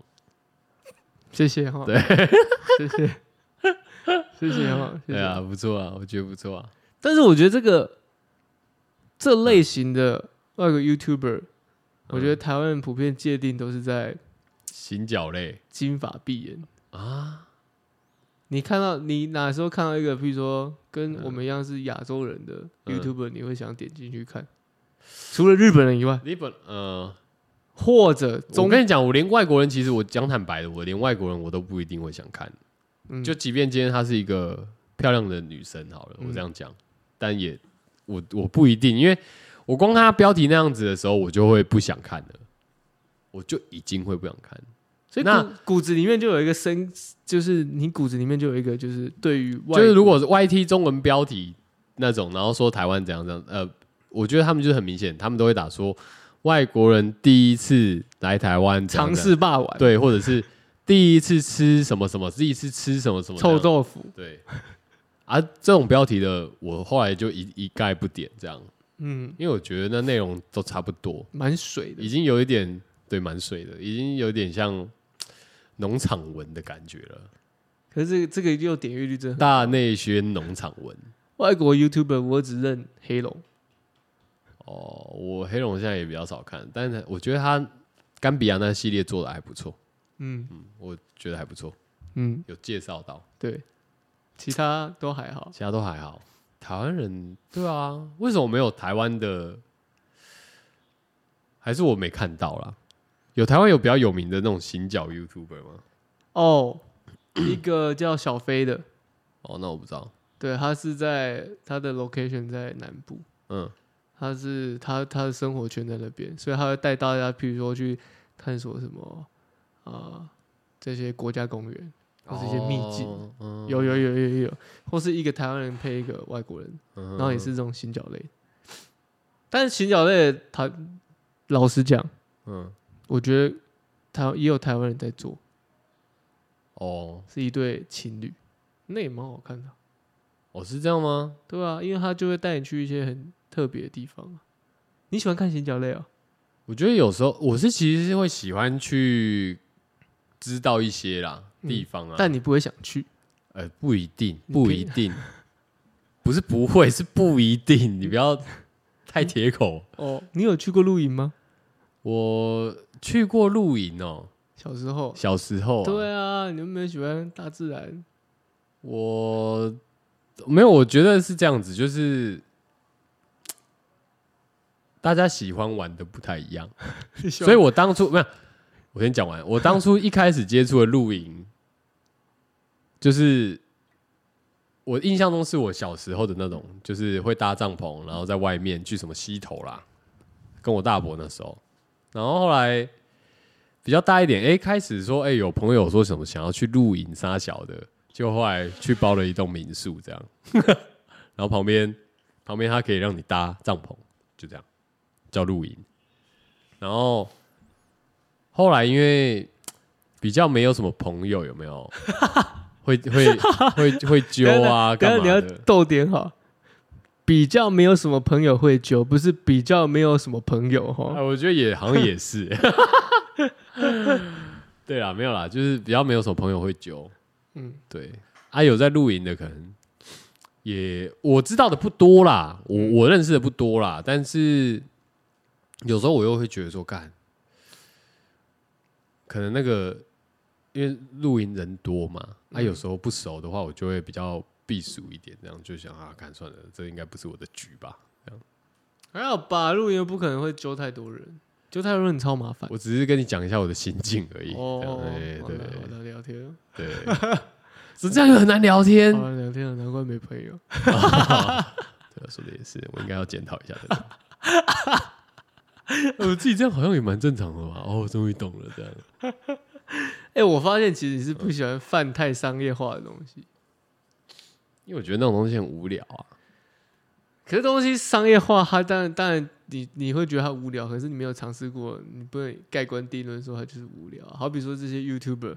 [SPEAKER 2] 谢谢哈，
[SPEAKER 1] 对，
[SPEAKER 2] 谢谢，谢谢哈，谢
[SPEAKER 1] 对
[SPEAKER 2] 谢。
[SPEAKER 1] 啊，不错啊，我觉得不错啊。
[SPEAKER 2] 但是我觉得这个这类
[SPEAKER 1] 嗯
[SPEAKER 2] 型的外国 YouTuber，我觉得台湾人普遍界定都是在
[SPEAKER 1] 行脚类
[SPEAKER 2] 金发碧眼。
[SPEAKER 1] 啊，
[SPEAKER 2] 你看到你哪时候看到一个，比如说跟我们一样是亚洲人的
[SPEAKER 1] 嗯
[SPEAKER 2] YouTuber，你会想点进去看？除了日本人以外，
[SPEAKER 1] 你本呃，
[SPEAKER 2] 或者中
[SPEAKER 1] 我跟你讲，我连外国人，其实我讲坦白的，我连外国人我都不一定会想看。
[SPEAKER 2] 嗯
[SPEAKER 1] 就即便今天她是一个漂亮的女生，好了，
[SPEAKER 2] 嗯
[SPEAKER 1] 我这样讲，但也我我不一定，因为我光看她标题那样子的时候，我就会不想看了，我就已经会不想看。
[SPEAKER 2] 所以
[SPEAKER 1] 那
[SPEAKER 2] 骨骨子里面就有一个深，就是你骨子里面就有一个，就是对于外，
[SPEAKER 1] 就是如果是 YT 中文标题那种，然后说台湾怎样怎样，呃，我觉得他们就是很明显，他们都会打说外国人第一次来台湾怎样
[SPEAKER 2] 尝
[SPEAKER 1] 怎样，
[SPEAKER 2] 试霸王，
[SPEAKER 1] 对，或者是第一次吃什么什么，第一次吃什么什么
[SPEAKER 2] 臭
[SPEAKER 1] 这样
[SPEAKER 2] 豆腐，
[SPEAKER 1] 对，啊，这种标题的我后来就一一概不点这样，
[SPEAKER 2] 嗯，
[SPEAKER 1] 因为我觉得那内容都差不多，
[SPEAKER 2] 蛮水的
[SPEAKER 1] 已。经有一点对蛮水的，已经有点像农场文的感觉了，
[SPEAKER 2] 可是这个这个又点阅率真的很，
[SPEAKER 1] 大内宣农场文。
[SPEAKER 2] 外国 YouTuber 我只认黑龙，
[SPEAKER 1] 哦，我黑龙现在也比较少看，但是我觉得他甘比亚那系列做的还不错，
[SPEAKER 2] 嗯
[SPEAKER 1] 嗯，我觉得还不错，
[SPEAKER 2] 嗯，
[SPEAKER 1] 有介绍到，
[SPEAKER 2] 对，其他都还好。
[SPEAKER 1] 其他都还好。台湾人对啊，为什么没有台湾的？还是我没看到啦？有台湾有比较有名的那种行脚 YouTuber 吗？
[SPEAKER 2] 哦，一个叫小飞的，
[SPEAKER 1] 哦，那我不知道。
[SPEAKER 2] 对他是在他的 location 在南部，
[SPEAKER 1] 嗯，
[SPEAKER 2] 他是他他的生活圈在那边，所以他会带大家，譬如说去探索什么啊、呃这些国家公园，或是一些秘境，
[SPEAKER 1] 哦，嗯
[SPEAKER 2] 有有有有有有，或是一个台湾人配一个外国人，
[SPEAKER 1] 嗯
[SPEAKER 2] 然后也是这种行脚类。但是行脚类，他老实讲，
[SPEAKER 1] 嗯
[SPEAKER 2] 我觉得台也有台湾人在做，
[SPEAKER 1] 哦
[SPEAKER 2] 是一对情侣，那也蛮好看的，
[SPEAKER 1] 哦是这样吗？
[SPEAKER 2] 对啊，因为他就会带你去一些很特别的地方啊。你喜欢看行脚类啊？
[SPEAKER 1] 我觉得有时候我是其实是会喜欢去知道一些啦
[SPEAKER 2] 嗯
[SPEAKER 1] 地方啊，
[SPEAKER 2] 但你不会想去，
[SPEAKER 1] 呃不一定
[SPEAKER 2] 你
[SPEAKER 1] 不
[SPEAKER 2] 可
[SPEAKER 1] 一
[SPEAKER 2] 以
[SPEAKER 1] 定，不是不会是不一定，你不要太铁口。
[SPEAKER 2] 哦，你有去过露营吗？
[SPEAKER 1] 我去过露营哦，
[SPEAKER 2] 小时候，
[SPEAKER 1] 小时候、啊，
[SPEAKER 2] 对啊，你有没有喜欢大自然？
[SPEAKER 1] 我没有，我觉得是这样子，就是大家喜欢玩的不太一样，所以我当初没有，我先讲完。我当初一开始接触的露营，就是我印象中是我小时候的那种，就是会搭帐篷，然后在外面去什么溪头啦，跟我大伯那时候，然后后来。比较大一点，哎、开始说，哎、有朋友说什么想要去露营沙小的，就后来去包了一栋民宿，这样， 然后旁边旁边它可以让你搭帐篷，就这样叫露营。然后后来因为比较没有什么朋友，有没有？ 会会会会揪 啊，
[SPEAKER 2] 等
[SPEAKER 1] 干
[SPEAKER 2] 下
[SPEAKER 1] 嘛
[SPEAKER 2] 你要
[SPEAKER 1] 的？
[SPEAKER 2] 逗点好，比较没有什么朋友会揪，不是比较没有什么朋友
[SPEAKER 1] 哎，
[SPEAKER 2] 哈。
[SPEAKER 1] 我觉得也好像也是。 对啦，没有啦，就是比较没有什么朋友会揪。嗯
[SPEAKER 2] 嗯，
[SPEAKER 1] 对。啊，有在露营的可能也我知道的不多啦，我我认识的不多啦，但是有时候我又会觉得说，干，可能那个因为露营人多嘛，啊，有时候不熟的话，我就会比较避暑一点，这样就想啊，干算了，这应该不是我的局吧。
[SPEAKER 2] 还好吧，露营又不可能会揪太多人，揪太多人超麻烦。
[SPEAKER 1] 我只是跟你讲一下我的心境而已。哦，哎
[SPEAKER 2] 好
[SPEAKER 1] 对
[SPEAKER 2] 了好了，聊天，
[SPEAKER 1] 对，只这样就很难聊天。
[SPEAKER 2] 好了，聊天了，难怪没朋友。
[SPEAKER 1] 对，说的也是，我应该要检讨一下 的。我自己这样好像也蛮正常的吧？哦，终于懂了，这样。
[SPEAKER 2] 哎，我发现其实你是不喜欢泛太商业化的东西，
[SPEAKER 1] 因为我觉得那种东西很无聊啊。
[SPEAKER 2] 可是东西商业化，它当然当然你你会觉得它无聊，可是你没有尝试过，你不能盖棺定论说它就是无聊。啊好比说这些 YouTuber，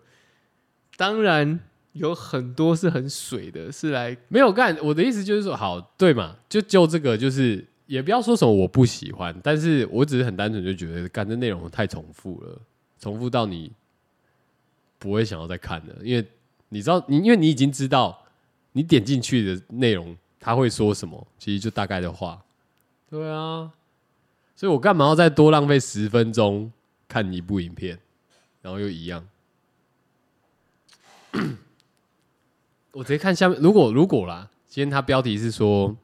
[SPEAKER 2] 当然有很多是很水的，是来
[SPEAKER 1] 没有干，我的意思就是说，好，对嘛？就就这个，就是也不要说什么我不喜欢，但是我只是很单纯就觉得，干这内容太重复了，重复到你不会想要再看了，因为你知道，你因为你已经知道你点进去的内容他会说什么，其实就大概的话，对啊，所以我干嘛要再多浪费十分钟看一部影片，然后又一样。 我直接看下面，如果如果啦，今天它标题是说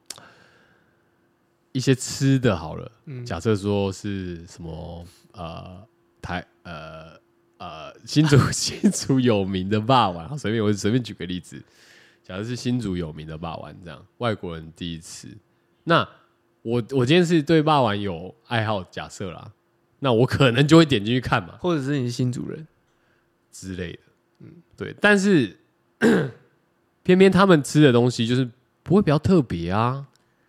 [SPEAKER 1] 一些吃的好了，
[SPEAKER 2] 嗯
[SPEAKER 1] 假设说是什么呃台呃呃新竹 新竹有名的霸王，好随便我随便举个例子，假设是新竹有名的霸王这样，外国人第一次，那我我今天是对霸王有爱好，假设啦，那我可能就会点进去看嘛，
[SPEAKER 2] 或者是你是新主人，
[SPEAKER 1] 之类的。嗯，对。但是 偏偏他们吃的东西就是不会比较特别啊，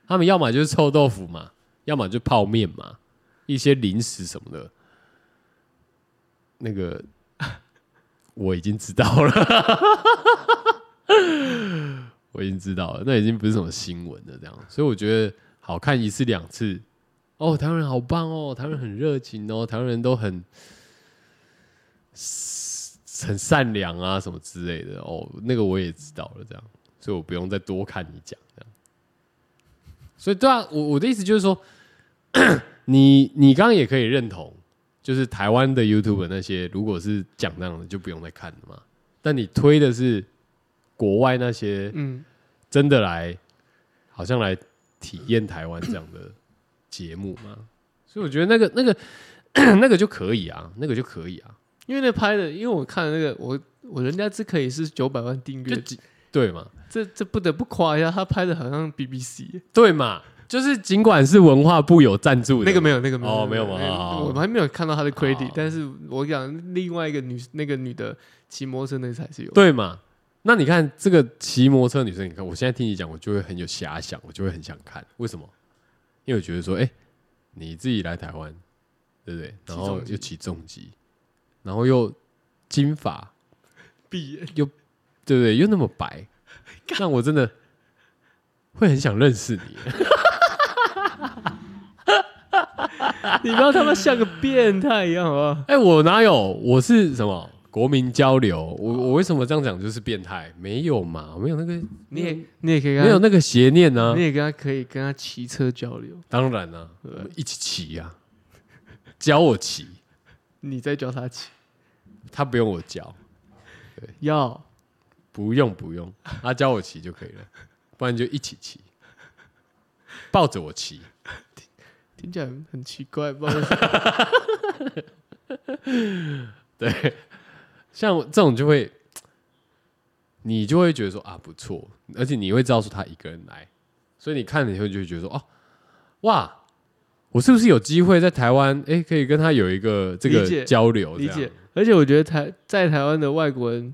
[SPEAKER 1] 他们要么就是臭豆腐嘛，要么就泡面嘛，一些零食什么的。那个 我已经知道了，我已经知道了，那已经不是什么新闻了，这样。所以我觉得好看一次两次。哦，台湾人好棒哦！台湾人很热情哦，台湾人都很很善良啊什么之类的哦，那个我也知道了，这样，所以我不用再多看你讲这样。所以对啊，我我的意思就是说，你你刚刚也可以认同，就是台湾的 YouTube 那些，如果是讲那样的，就不用再看了嘛。但你推的是国外那些
[SPEAKER 2] 嗯，
[SPEAKER 1] 真的来，好像来体验台湾这样的节目嘛， 所以我觉得那个那个那个就 可以啊，那个就可以啊，
[SPEAKER 2] 因为那拍的，因为我看了那个我。我人家这可以是九百万订
[SPEAKER 1] 就
[SPEAKER 2] 阅，
[SPEAKER 1] 几对嘛。
[SPEAKER 2] 这这不得不夸一下，他拍的好像 BBC，耶
[SPEAKER 1] 对嘛？就是尽管是文化部有赞助的
[SPEAKER 2] 那个没有，那个没有，
[SPEAKER 1] 哦
[SPEAKER 2] 那个
[SPEAKER 1] 没有吗
[SPEAKER 2] 那个
[SPEAKER 1] 好好
[SPEAKER 2] 我还没有看到他的 credit，
[SPEAKER 1] 好
[SPEAKER 2] 但是我讲另外一个女，那个女的骑摩托车那才是有，
[SPEAKER 1] 对嘛？那你看这个骑摩托车的女生，你看我现在听你讲，我就会很有遐想，我就会很想看，为什么？因为我觉得说，哎、你自己来台湾，对不对？然后
[SPEAKER 2] 骑重机
[SPEAKER 1] 又骑重机，然后又金发，
[SPEAKER 2] 毕业
[SPEAKER 1] 对不对？又那么白，那我真的会很想认识你。
[SPEAKER 2] 你不要他妈像个变态一样好不好？
[SPEAKER 1] 哎、我哪有？我是什么国民交流？我我为什么这样讲就是变态？没有嘛，我没有那个
[SPEAKER 2] 你也你也可以
[SPEAKER 1] 嗯
[SPEAKER 2] 跟
[SPEAKER 1] 没有嗯
[SPEAKER 2] 他，
[SPEAKER 1] 那个邪念呢、
[SPEAKER 2] 你也跟他可以跟他骑车交流，
[SPEAKER 1] 当然啦、我们一起骑呀、教我骑，
[SPEAKER 2] 你再教他骑，
[SPEAKER 1] 他不用我教，
[SPEAKER 2] 要
[SPEAKER 1] 不用不用，他教我骑就可以了，不然就一起骑，抱着我骑。
[SPEAKER 2] 听起来很奇怪，不知道为什么
[SPEAKER 1] 像这种就会，你就会觉得说啊不错，而且你会知道说他一个人来，所以你看了以后就会觉得说哦，哇，我是不是有机会在台湾哎、诶可以跟他有一个这
[SPEAKER 2] 理
[SPEAKER 1] 个
[SPEAKER 2] 解
[SPEAKER 1] 交流？
[SPEAKER 2] 理解。而且我觉得台在台湾的外国人，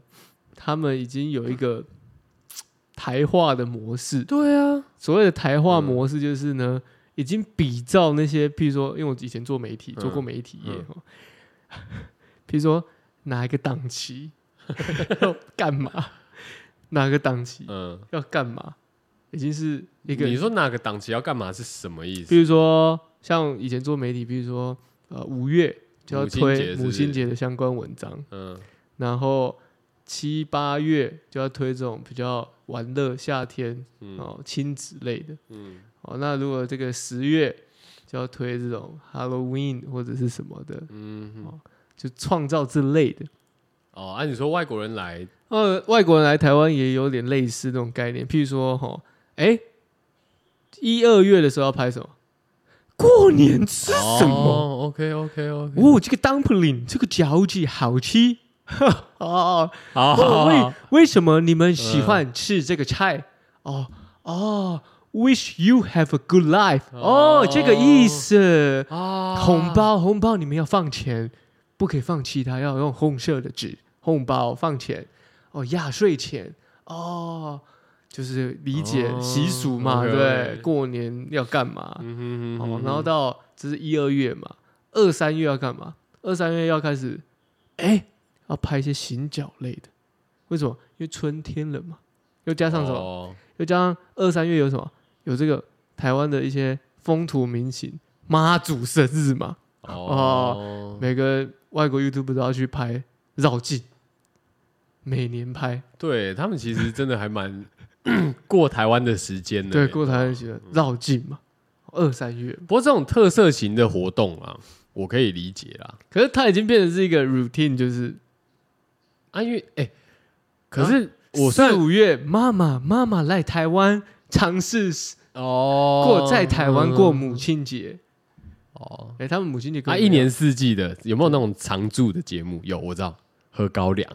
[SPEAKER 2] 他们已经有一个台化的模式。
[SPEAKER 1] 对啊，
[SPEAKER 2] 所谓的台化模式，就是呢，
[SPEAKER 1] 嗯
[SPEAKER 2] 已经比照那些，譬如说，因为我以前做媒体，
[SPEAKER 1] 嗯
[SPEAKER 2] 做过媒体业，
[SPEAKER 1] 嗯
[SPEAKER 2] 哦 譬如说哪一个档期 要干嘛，哪个档期
[SPEAKER 1] 嗯，
[SPEAKER 2] 要干嘛，已经是一个
[SPEAKER 1] 你说哪个档期要干嘛是什么意
[SPEAKER 2] 比
[SPEAKER 1] 思？
[SPEAKER 2] 如说像以前做媒体，比如说呃五月就要
[SPEAKER 1] 母亲节
[SPEAKER 2] 推
[SPEAKER 1] 是不
[SPEAKER 2] 母
[SPEAKER 1] 是
[SPEAKER 2] 亲节的相关文章，
[SPEAKER 1] 嗯，
[SPEAKER 2] 然后七八月就要推这种比较玩乐、夏天哦亲子类的，
[SPEAKER 1] 嗯
[SPEAKER 2] 哦，那如果这个十月就要推这种 Halloween 或者是什么的，哦
[SPEAKER 1] 嗯哼，
[SPEAKER 2] 就创造之类的。
[SPEAKER 1] 哦，按、你说外国人来，
[SPEAKER 2] 呃，外国人来台湾也有点类似这种概念，譬如说，哈、哎，一二月的时候要拍什么？过年吃什么？
[SPEAKER 1] 哦？OK OK OK，
[SPEAKER 2] 哦，这个 dumpling 这个饺子好吃。 哦，
[SPEAKER 1] 好
[SPEAKER 2] 哦
[SPEAKER 1] 好
[SPEAKER 2] 为
[SPEAKER 1] 好，
[SPEAKER 2] 为什么你们喜欢吃这个菜？哦哦，Wish you have a good life。
[SPEAKER 1] 哦
[SPEAKER 2] 哦，这个意思。
[SPEAKER 1] 啊
[SPEAKER 2] 红，包红包你们要放钱，不可以放其他，要用红色的纸。红包放钱，哦，压岁钱，哦，就是理解
[SPEAKER 1] 哦
[SPEAKER 2] 习俗嘛，对
[SPEAKER 1] OK，
[SPEAKER 2] 不
[SPEAKER 1] OK
[SPEAKER 2] 对？过年要干嘛？
[SPEAKER 1] 嗯哼嗯
[SPEAKER 2] 哦
[SPEAKER 1] 哼，，
[SPEAKER 2] 然后到这是一二月嘛，二三月要干嘛？二三月要开始，哎，要拍一些行脚类的。为什么？因为春天了嘛，又加上什么？
[SPEAKER 1] 么？
[SPEAKER 2] 又加上二三月有什么？有这个台湾的一些风土民情，妈祖生日嘛，
[SPEAKER 1] 哦，
[SPEAKER 2] 每个外国 YouTube 都要去拍绕境，每年拍，
[SPEAKER 1] 对他们其实真的还蛮过台湾的时间的。
[SPEAKER 2] 对，过台湾节
[SPEAKER 1] 哦嗯
[SPEAKER 2] 的绕境嘛，二三月。
[SPEAKER 1] 不过这种特色型的活动啊，我可以理解啦。
[SPEAKER 2] 可是它已经变成是一个 routine，就是
[SPEAKER 1] 啊，因为哎、可是我虽
[SPEAKER 2] 啊四
[SPEAKER 1] 然、
[SPEAKER 2] 五月，妈妈妈妈来台湾尝试
[SPEAKER 1] 哦
[SPEAKER 2] 过在台湾过母亲节。
[SPEAKER 1] 哦，
[SPEAKER 2] 哎、他们母亲节
[SPEAKER 1] 啊，一年四季的有没有那种常驻的节目？有，我知道，喝高粱。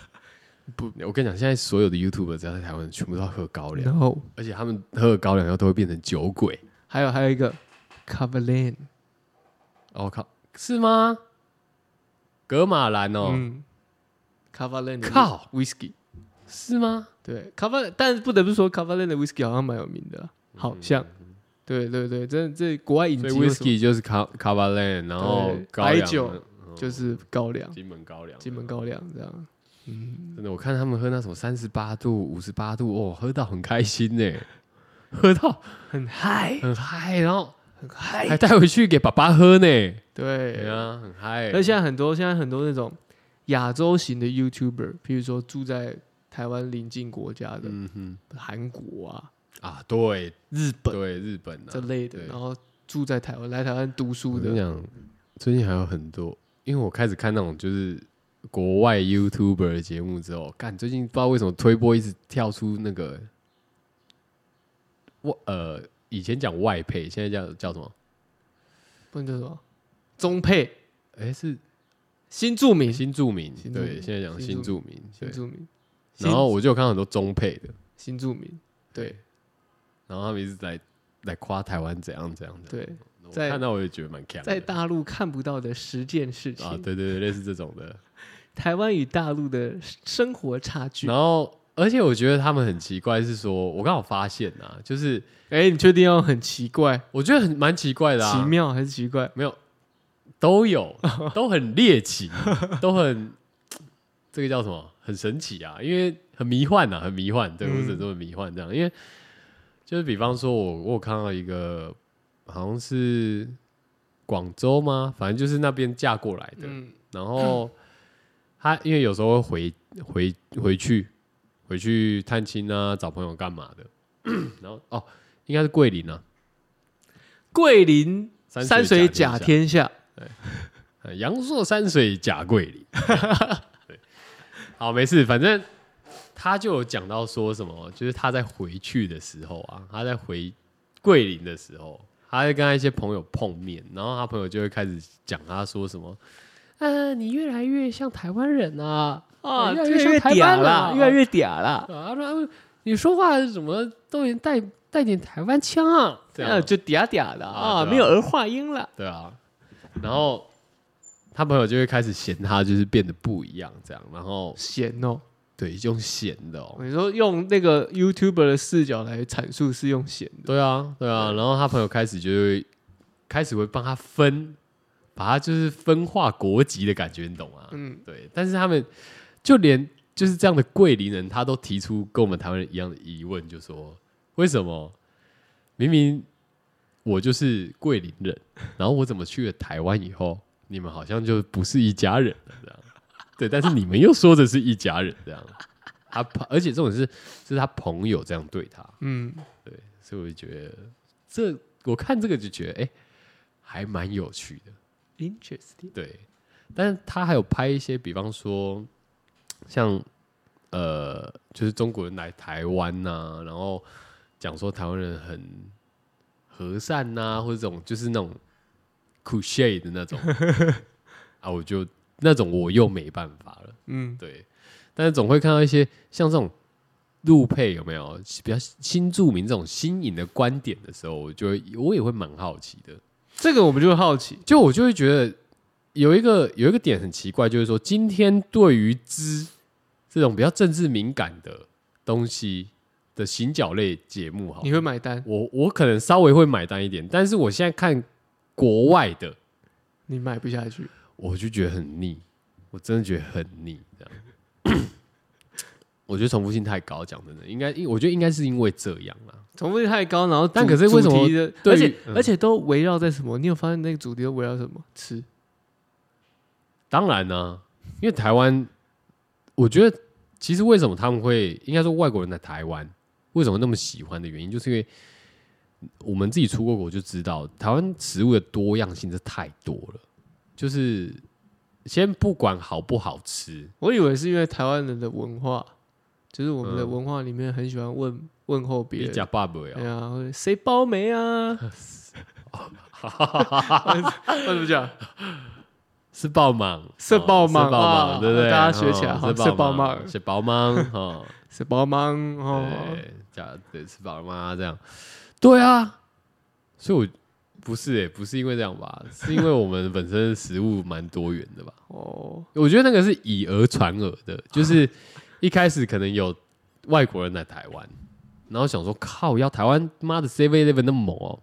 [SPEAKER 1] 不，我跟你讲，现在所有的 YouTube 只要在台湾，全部都要喝高粱，
[SPEAKER 2] 然后
[SPEAKER 1] 而且他们喝了高粱以后都会变成酒鬼。
[SPEAKER 2] 还有还有一个 Coverland，
[SPEAKER 1] 我、哦靠，是吗？格马兰哦，
[SPEAKER 2] 嗯，Coverland 的
[SPEAKER 1] 靠
[SPEAKER 2] Whisky，
[SPEAKER 1] 是吗？
[SPEAKER 2] 对 Cover，但是不得不说 Coverland 的 Whisky 好像蛮有名的啦，啊好像，对对对，这这国外引
[SPEAKER 1] 嗯所
[SPEAKER 2] 进
[SPEAKER 1] 以
[SPEAKER 2] 为什么
[SPEAKER 1] whisky 就是卡卡巴兰，然后
[SPEAKER 2] 对
[SPEAKER 1] 高粱
[SPEAKER 2] 白酒
[SPEAKER 1] 嗯
[SPEAKER 2] 就是高粱，
[SPEAKER 1] 金门高粱，啊
[SPEAKER 2] 金门高粱这样，嗯，
[SPEAKER 1] 真的，我看他们喝那什么三十八度、五十八度，哦，喝到很开心 呢，喝到
[SPEAKER 2] 很嗨，
[SPEAKER 1] 很嗨，然后
[SPEAKER 2] 很
[SPEAKER 1] 还
[SPEAKER 2] 嗨，
[SPEAKER 1] 带回去给爸爸喝呢，对
[SPEAKER 2] 对
[SPEAKER 1] 啊，很嗨。
[SPEAKER 2] 哎而且现在很多现在很多那种亚洲型的 YouTuber，譬如说住在台湾邻近国家的
[SPEAKER 1] 嗯哼，
[SPEAKER 2] 韩、国啊、
[SPEAKER 1] 啊，对
[SPEAKER 2] 日本
[SPEAKER 1] 对，日本啊
[SPEAKER 2] 这，类的
[SPEAKER 1] 对，
[SPEAKER 2] 然后住在台湾来台湾读书
[SPEAKER 1] 我跟你
[SPEAKER 2] 的，
[SPEAKER 1] 讲，最近还有很多，因为我开始看那种就是国外 YouTuber 的节目之后，干最近不知道为什么推播一直跳出那个，我呃以前讲外配，现在叫叫什么？
[SPEAKER 2] 不能叫什么中配
[SPEAKER 1] 哎、是
[SPEAKER 2] 新住民，
[SPEAKER 1] 新住民，
[SPEAKER 2] 新住民
[SPEAKER 1] 对，现在讲新
[SPEAKER 2] 新
[SPEAKER 1] 住民，对
[SPEAKER 2] 新。住民，
[SPEAKER 1] 然后
[SPEAKER 2] 新
[SPEAKER 1] 我就有看到很多中配的，
[SPEAKER 2] 新住民，对，
[SPEAKER 1] 然后他们一直在来夸台湾怎样怎样的。
[SPEAKER 2] 对，
[SPEAKER 1] 我
[SPEAKER 2] 在
[SPEAKER 1] 看到我也觉得蛮强的。
[SPEAKER 2] 在大陆看不到的十件事情，
[SPEAKER 1] 啊，对对对，类似这种的。
[SPEAKER 2] 台湾与大陆的生活差距。
[SPEAKER 1] 然后，而且我觉得他们很奇怪，是说我刚好发现啊，就是
[SPEAKER 2] 哎，你确定要很奇怪、
[SPEAKER 1] 我觉得很蛮奇怪的、啊，
[SPEAKER 2] 奇妙还是奇怪？
[SPEAKER 1] 没有都 有，都很猎奇，都很这个叫什么？很神奇啊，因为很迷幻啊，很迷幻，对，
[SPEAKER 2] 嗯
[SPEAKER 1] 我只能说很迷幻这样，因为就是比方说我我有看到一个好像是广州吗？反正就是那边嫁过来的，
[SPEAKER 2] 嗯，
[SPEAKER 1] 然后他因为有时候会回回回去回去探亲啊，找朋友干嘛的。然后哦，应该是桂林啊，
[SPEAKER 2] 桂林山水
[SPEAKER 1] 甲
[SPEAKER 2] 甲天下，
[SPEAKER 1] 呃阳朔山水甲桂林。 对，好，没事，反正他就有讲到说什么，就是他在回去的时候啊，他在回桂林的时候，他在跟他一些朋友碰面，然后他朋友就会开始讲他说什么。啊，你越来越像台湾人啊！
[SPEAKER 2] 啊，
[SPEAKER 1] 越来越像台
[SPEAKER 2] 嗲
[SPEAKER 1] 湾
[SPEAKER 2] 啦，
[SPEAKER 1] 了
[SPEAKER 2] 越来越嗲啦，
[SPEAKER 1] 啊，说你说话怎么都有带带点台湾腔啊？这样
[SPEAKER 2] 啊，就嗲嗲的
[SPEAKER 1] 啊
[SPEAKER 2] 啊，
[SPEAKER 1] 对啊
[SPEAKER 2] 没有儿化音了。
[SPEAKER 1] 对啊，然后他朋友就会开始嫌他就是变得不一样，这样，然后
[SPEAKER 2] 咸哦，
[SPEAKER 1] 对用嫌的哦，
[SPEAKER 2] 你说用那个 YouTuber 的视角来阐述是用咸的，
[SPEAKER 1] 对啊，对啊，然后他朋友开始就会开始会帮他分，把他就是分化国籍的感觉，你懂吗？
[SPEAKER 2] 嗯，
[SPEAKER 1] 对，但是他们就连就是这样的桂林人，他都提出跟我们台湾人一样的疑问，就说为什么明明我就是桂林人，然后我怎么去了台湾以后，你们好像就不是一家人了这样？ 对，但是你们又说着是一家人这样，他朋而且这种是是他朋友这样对他，
[SPEAKER 2] 嗯，
[SPEAKER 1] 所以我就觉得这我看这个就觉得哎、还蛮有趣的。
[SPEAKER 2] interesting，
[SPEAKER 1] 对，但是他还有拍一些，比方说像呃，就是中国人来台湾呐、然后讲说台湾人很和善呐、或者这种就是那种 cliche 的那种啊，我就那种我又没办法了。
[SPEAKER 2] 嗯，
[SPEAKER 1] 对，但是总会看到一些像这种路配有没有比较新著名这种新颖的观点的时候，我就会我也会蛮好奇的。
[SPEAKER 2] 这个我们就好奇，
[SPEAKER 1] 就我就会觉得有一个有一个点很奇怪，就是说今天对于之这种比较政治敏感的东西的行脚类节目，好了，
[SPEAKER 2] 你会买单？
[SPEAKER 1] 我我可能稍微会买单一点，但是我现在看国外的，
[SPEAKER 2] 你买不下去，
[SPEAKER 1] 我就觉得很腻，我真的觉得很腻，这样。我觉得重复性太高，讲真的，应该，因我觉得应该是因为这样啦。
[SPEAKER 2] 重复率太高，然后
[SPEAKER 1] 但
[SPEAKER 2] 主
[SPEAKER 1] 可是为什么
[SPEAKER 2] 主题的，
[SPEAKER 1] 对
[SPEAKER 2] 而
[SPEAKER 1] 于
[SPEAKER 2] 且
[SPEAKER 1] 嗯
[SPEAKER 2] 而且都围绕在什么？你有发现那个主题都围绕什么？吃，
[SPEAKER 1] 嗯当然呢、因为台湾，我觉得其实为什么他们会，应该说外国人在台湾为什么那么喜欢的原因，就是因为我们自己出过国就知道，台湾食物的多样性是太多了。就是先不管好不好吃，
[SPEAKER 2] 我以为是因为台湾人的文化，就是我们的
[SPEAKER 1] 嗯
[SPEAKER 2] 文化里面很喜欢问问候别
[SPEAKER 1] 你
[SPEAKER 2] 人，
[SPEAKER 1] 讲爸爸
[SPEAKER 2] 对
[SPEAKER 1] 呀，
[SPEAKER 2] 啊，或者谁包没 啊？
[SPEAKER 1] 哦
[SPEAKER 2] 为什么讲？
[SPEAKER 1] 是爆芒，
[SPEAKER 2] 是爆芒
[SPEAKER 1] 哦是爆
[SPEAKER 2] 啊
[SPEAKER 1] 芒，对不对？
[SPEAKER 2] 大家学起来
[SPEAKER 1] 哦
[SPEAKER 2] 好
[SPEAKER 1] 是
[SPEAKER 2] 是爆芒
[SPEAKER 1] 是爆芒，哦，
[SPEAKER 2] 谁包忙 哦？
[SPEAKER 1] 对，假对吃饱了吗？这样，对啊，所以我不是哎、不是因为这样吧，是因为我们本身食物蛮多元的吧？
[SPEAKER 2] 哦，
[SPEAKER 1] 我觉得那个是以讹传讹的，就是 一开始可能有外国人来台湾，然后想说靠，要台湾妈的 Seven Eleven 那么猛哦、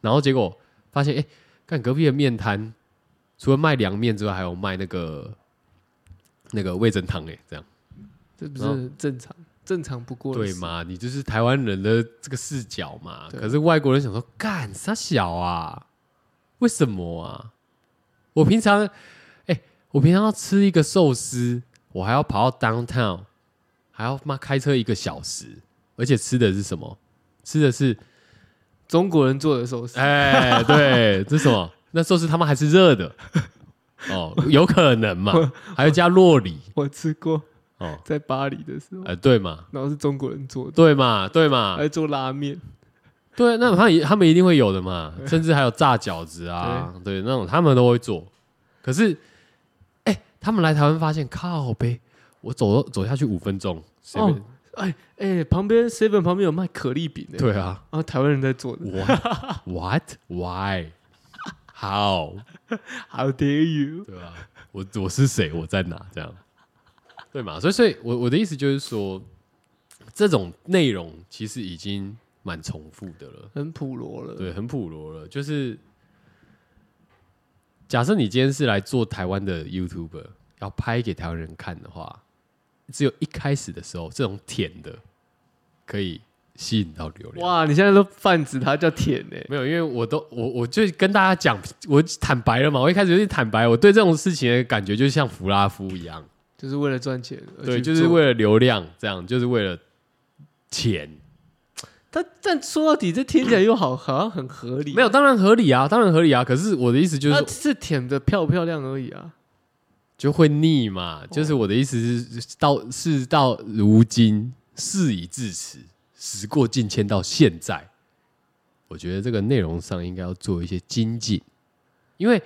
[SPEAKER 1] 然后结果发现哎，诶干、隔壁的面摊除了卖凉面之外，还有卖那个那个味噌汤哎，这样。
[SPEAKER 2] 这不是
[SPEAKER 1] 然后
[SPEAKER 2] 很正常，正常不过的
[SPEAKER 1] 对
[SPEAKER 2] 事？
[SPEAKER 1] 嘛？你就是台湾人的这个视角嘛。
[SPEAKER 2] 对
[SPEAKER 1] 可是外国人想说，干啥小啊？为什么啊？我平常，哎、我平常要吃一个寿司，我还要跑到 downtown，还要妈开车一个小时，而且吃的是什么？吃的是，
[SPEAKER 2] 中国人做的寿司，
[SPEAKER 1] 哎、对，这是什么？那寿司他妈还是热的。哦，有可能嘛？还要加洛里
[SPEAKER 2] 我吃过，
[SPEAKER 1] 哦，
[SPEAKER 2] 在巴黎的时候，
[SPEAKER 1] 呃，对嘛，
[SPEAKER 2] 然后是中国人做的，
[SPEAKER 1] 对嘛，对嘛，
[SPEAKER 2] 还做拉面，
[SPEAKER 1] 对，那他也他们一定会有的嘛，甚至还有炸饺子啊，对，那种他们都会做。可是，哎、他们来台湾发现，靠呗，我走走下去五分钟，随便
[SPEAKER 2] 哦哎哎，旁边 Seven 旁边有卖可丽饼的，，
[SPEAKER 1] 对啊
[SPEAKER 2] 然后台湾人在做的
[SPEAKER 1] ，What What Why How
[SPEAKER 2] ，How dare you？
[SPEAKER 1] 对啊，我我是谁，我在哪，这样，对嘛？所以，所以我我的意思就是说，这种内容其实已经蛮重复的了，
[SPEAKER 2] 很普罗了，
[SPEAKER 1] 对，很普罗了。就是假设你今天是来做台湾的 YouTuber，要拍给台湾人看的话，只有一开始的时候，这种舔的可以吸引到流量。
[SPEAKER 2] 哇，你现在都泛指它叫舔呢、
[SPEAKER 1] 没有，因为我都我我就跟大家讲，我坦白了嘛，我一开始有点坦白，我对这种事情的感觉就像弗拉夫一样。
[SPEAKER 2] 就是为了赚钱而去做，
[SPEAKER 1] 对，就是为了流量，这样就是为了钱。
[SPEAKER 2] 但但说到底，这听起来又好好像很合理，
[SPEAKER 1] 没有，当然合理啊，当然合理啊。可是我的意思就是
[SPEAKER 2] 它
[SPEAKER 1] 说，
[SPEAKER 2] 只是舔的漂不漂亮而已啊，
[SPEAKER 1] 就会腻嘛。就是我的意思是，到事到如今，事已至此，时过境迁，到现在，我觉得这个内容上应该要做一些精进，因为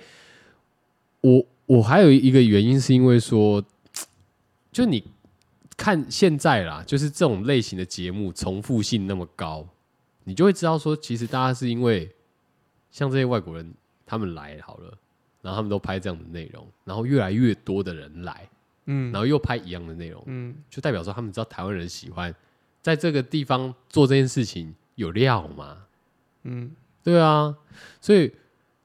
[SPEAKER 1] 我我还有一个原因是因为说，就你看现在啦，就是这种类型的节目重复性那么高，你就会知道说，其实大家是因为像这些外国人他们来好了，然后他们都拍这样的内容，然后越来越多的人来，
[SPEAKER 2] 嗯
[SPEAKER 1] 然后又拍一样的内容，
[SPEAKER 2] 嗯，
[SPEAKER 1] 就代表说他们知道台湾人喜欢在这个地方做这件事情有料嘛？
[SPEAKER 2] 嗯，
[SPEAKER 1] 对啊，所以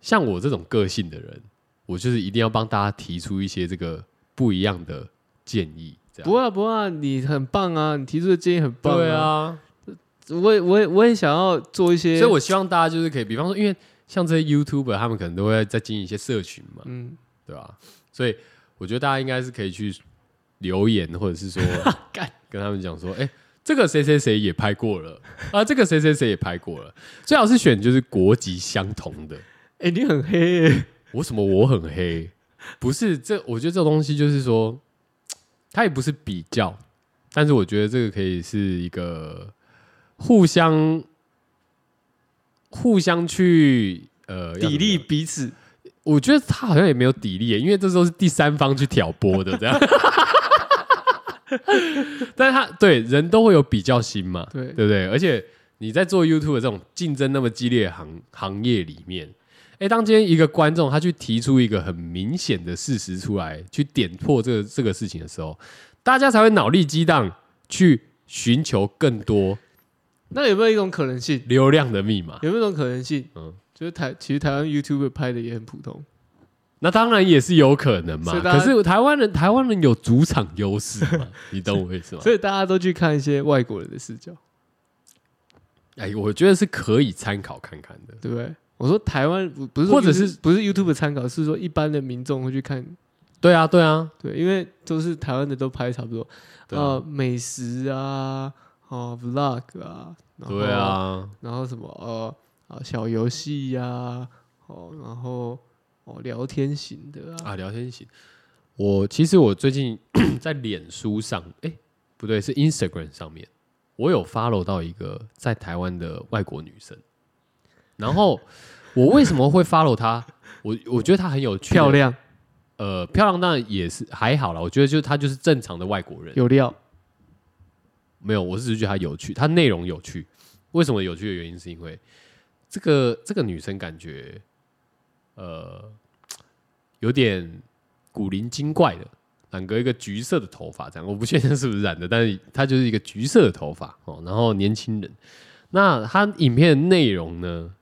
[SPEAKER 1] 像我这种个性的人，我就是一定要帮大家提出一些这个不一样的建议，这样
[SPEAKER 2] 不会啊不会啊，你很棒啊，你提出的建议很棒、
[SPEAKER 1] 对啊，
[SPEAKER 2] 我也我也我也想要做一些，
[SPEAKER 1] 所以我希望大家就是可以，比方说，因为像这些 YouTuber 他们可能都会在经营一些社群嘛，
[SPEAKER 2] 嗯，
[SPEAKER 1] 对吧、所以我觉得大家应该是可以去留言，或者是说
[SPEAKER 2] 干
[SPEAKER 1] 跟他们讲说，哎、这个谁谁谁也拍过了啊，这个谁谁谁也拍过了，最好是选就是国籍相同的。
[SPEAKER 2] 哎、你很黑、欸，
[SPEAKER 1] 我什么我很黑？不是这，我觉得这种东西就是说，它也不是比较，但是我觉得这个可以是一个互相互相去呃要怎么
[SPEAKER 2] 砥砺
[SPEAKER 1] 讲
[SPEAKER 2] 彼此，
[SPEAKER 1] 我觉得他好像也没有砥砺耶，因为这时候是第三方去挑拨的这样。 但是他对人都会有比较心嘛，
[SPEAKER 2] 对
[SPEAKER 1] 对不对？而且你在做 YouTube 的这种竞争那么激烈的行行业里面，哎，当今天一个观众他去提出一个很明显的事实出来，去点破这个这个事情的时候，大家才会脑力激荡去寻求更多
[SPEAKER 2] 那有没有一种可能性？
[SPEAKER 1] 流量的密码。
[SPEAKER 2] 有没有一种可能性？
[SPEAKER 1] 啊嗯
[SPEAKER 2] 嗯，就是台其实台湾 YouTube 拍的也很普通，
[SPEAKER 1] 那当然也是有可能嘛
[SPEAKER 2] 所。以大
[SPEAKER 1] 可
[SPEAKER 2] 家
[SPEAKER 1] 是台湾人，台湾人有主场优势嘛？ 你懂我意思吗？
[SPEAKER 2] 所以大家都去看一些外国人的视角，
[SPEAKER 1] 哎，我觉得是可以参考看看的。
[SPEAKER 2] 对不对？我说台湾不不是
[SPEAKER 1] 或
[SPEAKER 2] 说
[SPEAKER 1] 者
[SPEAKER 2] YouTube-
[SPEAKER 1] 是
[SPEAKER 2] 不是 YouTube 参考，是说一般的民众会去看，
[SPEAKER 1] 对啊，对啊，
[SPEAKER 2] 对，因为都是台湾的都拍差不多，
[SPEAKER 1] 对啊
[SPEAKER 2] 呃，美食啊，哦，vlog 啊，然后
[SPEAKER 1] 对，啊，
[SPEAKER 2] 然后什么呃啊小游戏呀，哦，然后哦聊天型的啊，
[SPEAKER 1] 啊，聊天型。我其实我最近 在脸书上，哎，不对，是 Instagram 上面，我有 follow 到一个在台湾的外国女生。然 后我为什么会 follow 她？我我觉得她很有趣，
[SPEAKER 2] 漂。亮
[SPEAKER 1] 呃，漂亮当然也是还好啦，我觉得就是她就是正常的外国人。
[SPEAKER 2] 有料，
[SPEAKER 1] 没有，我只是觉得它有趣，它内容有趣。为什么有趣的原因是因为这个这个女生感觉呃有点古灵精怪的，染个一个橘色的头发，这样我不确定是不是染的，但是她就是一个橘色的头发哦。然后年轻人，那她影片的内容呢，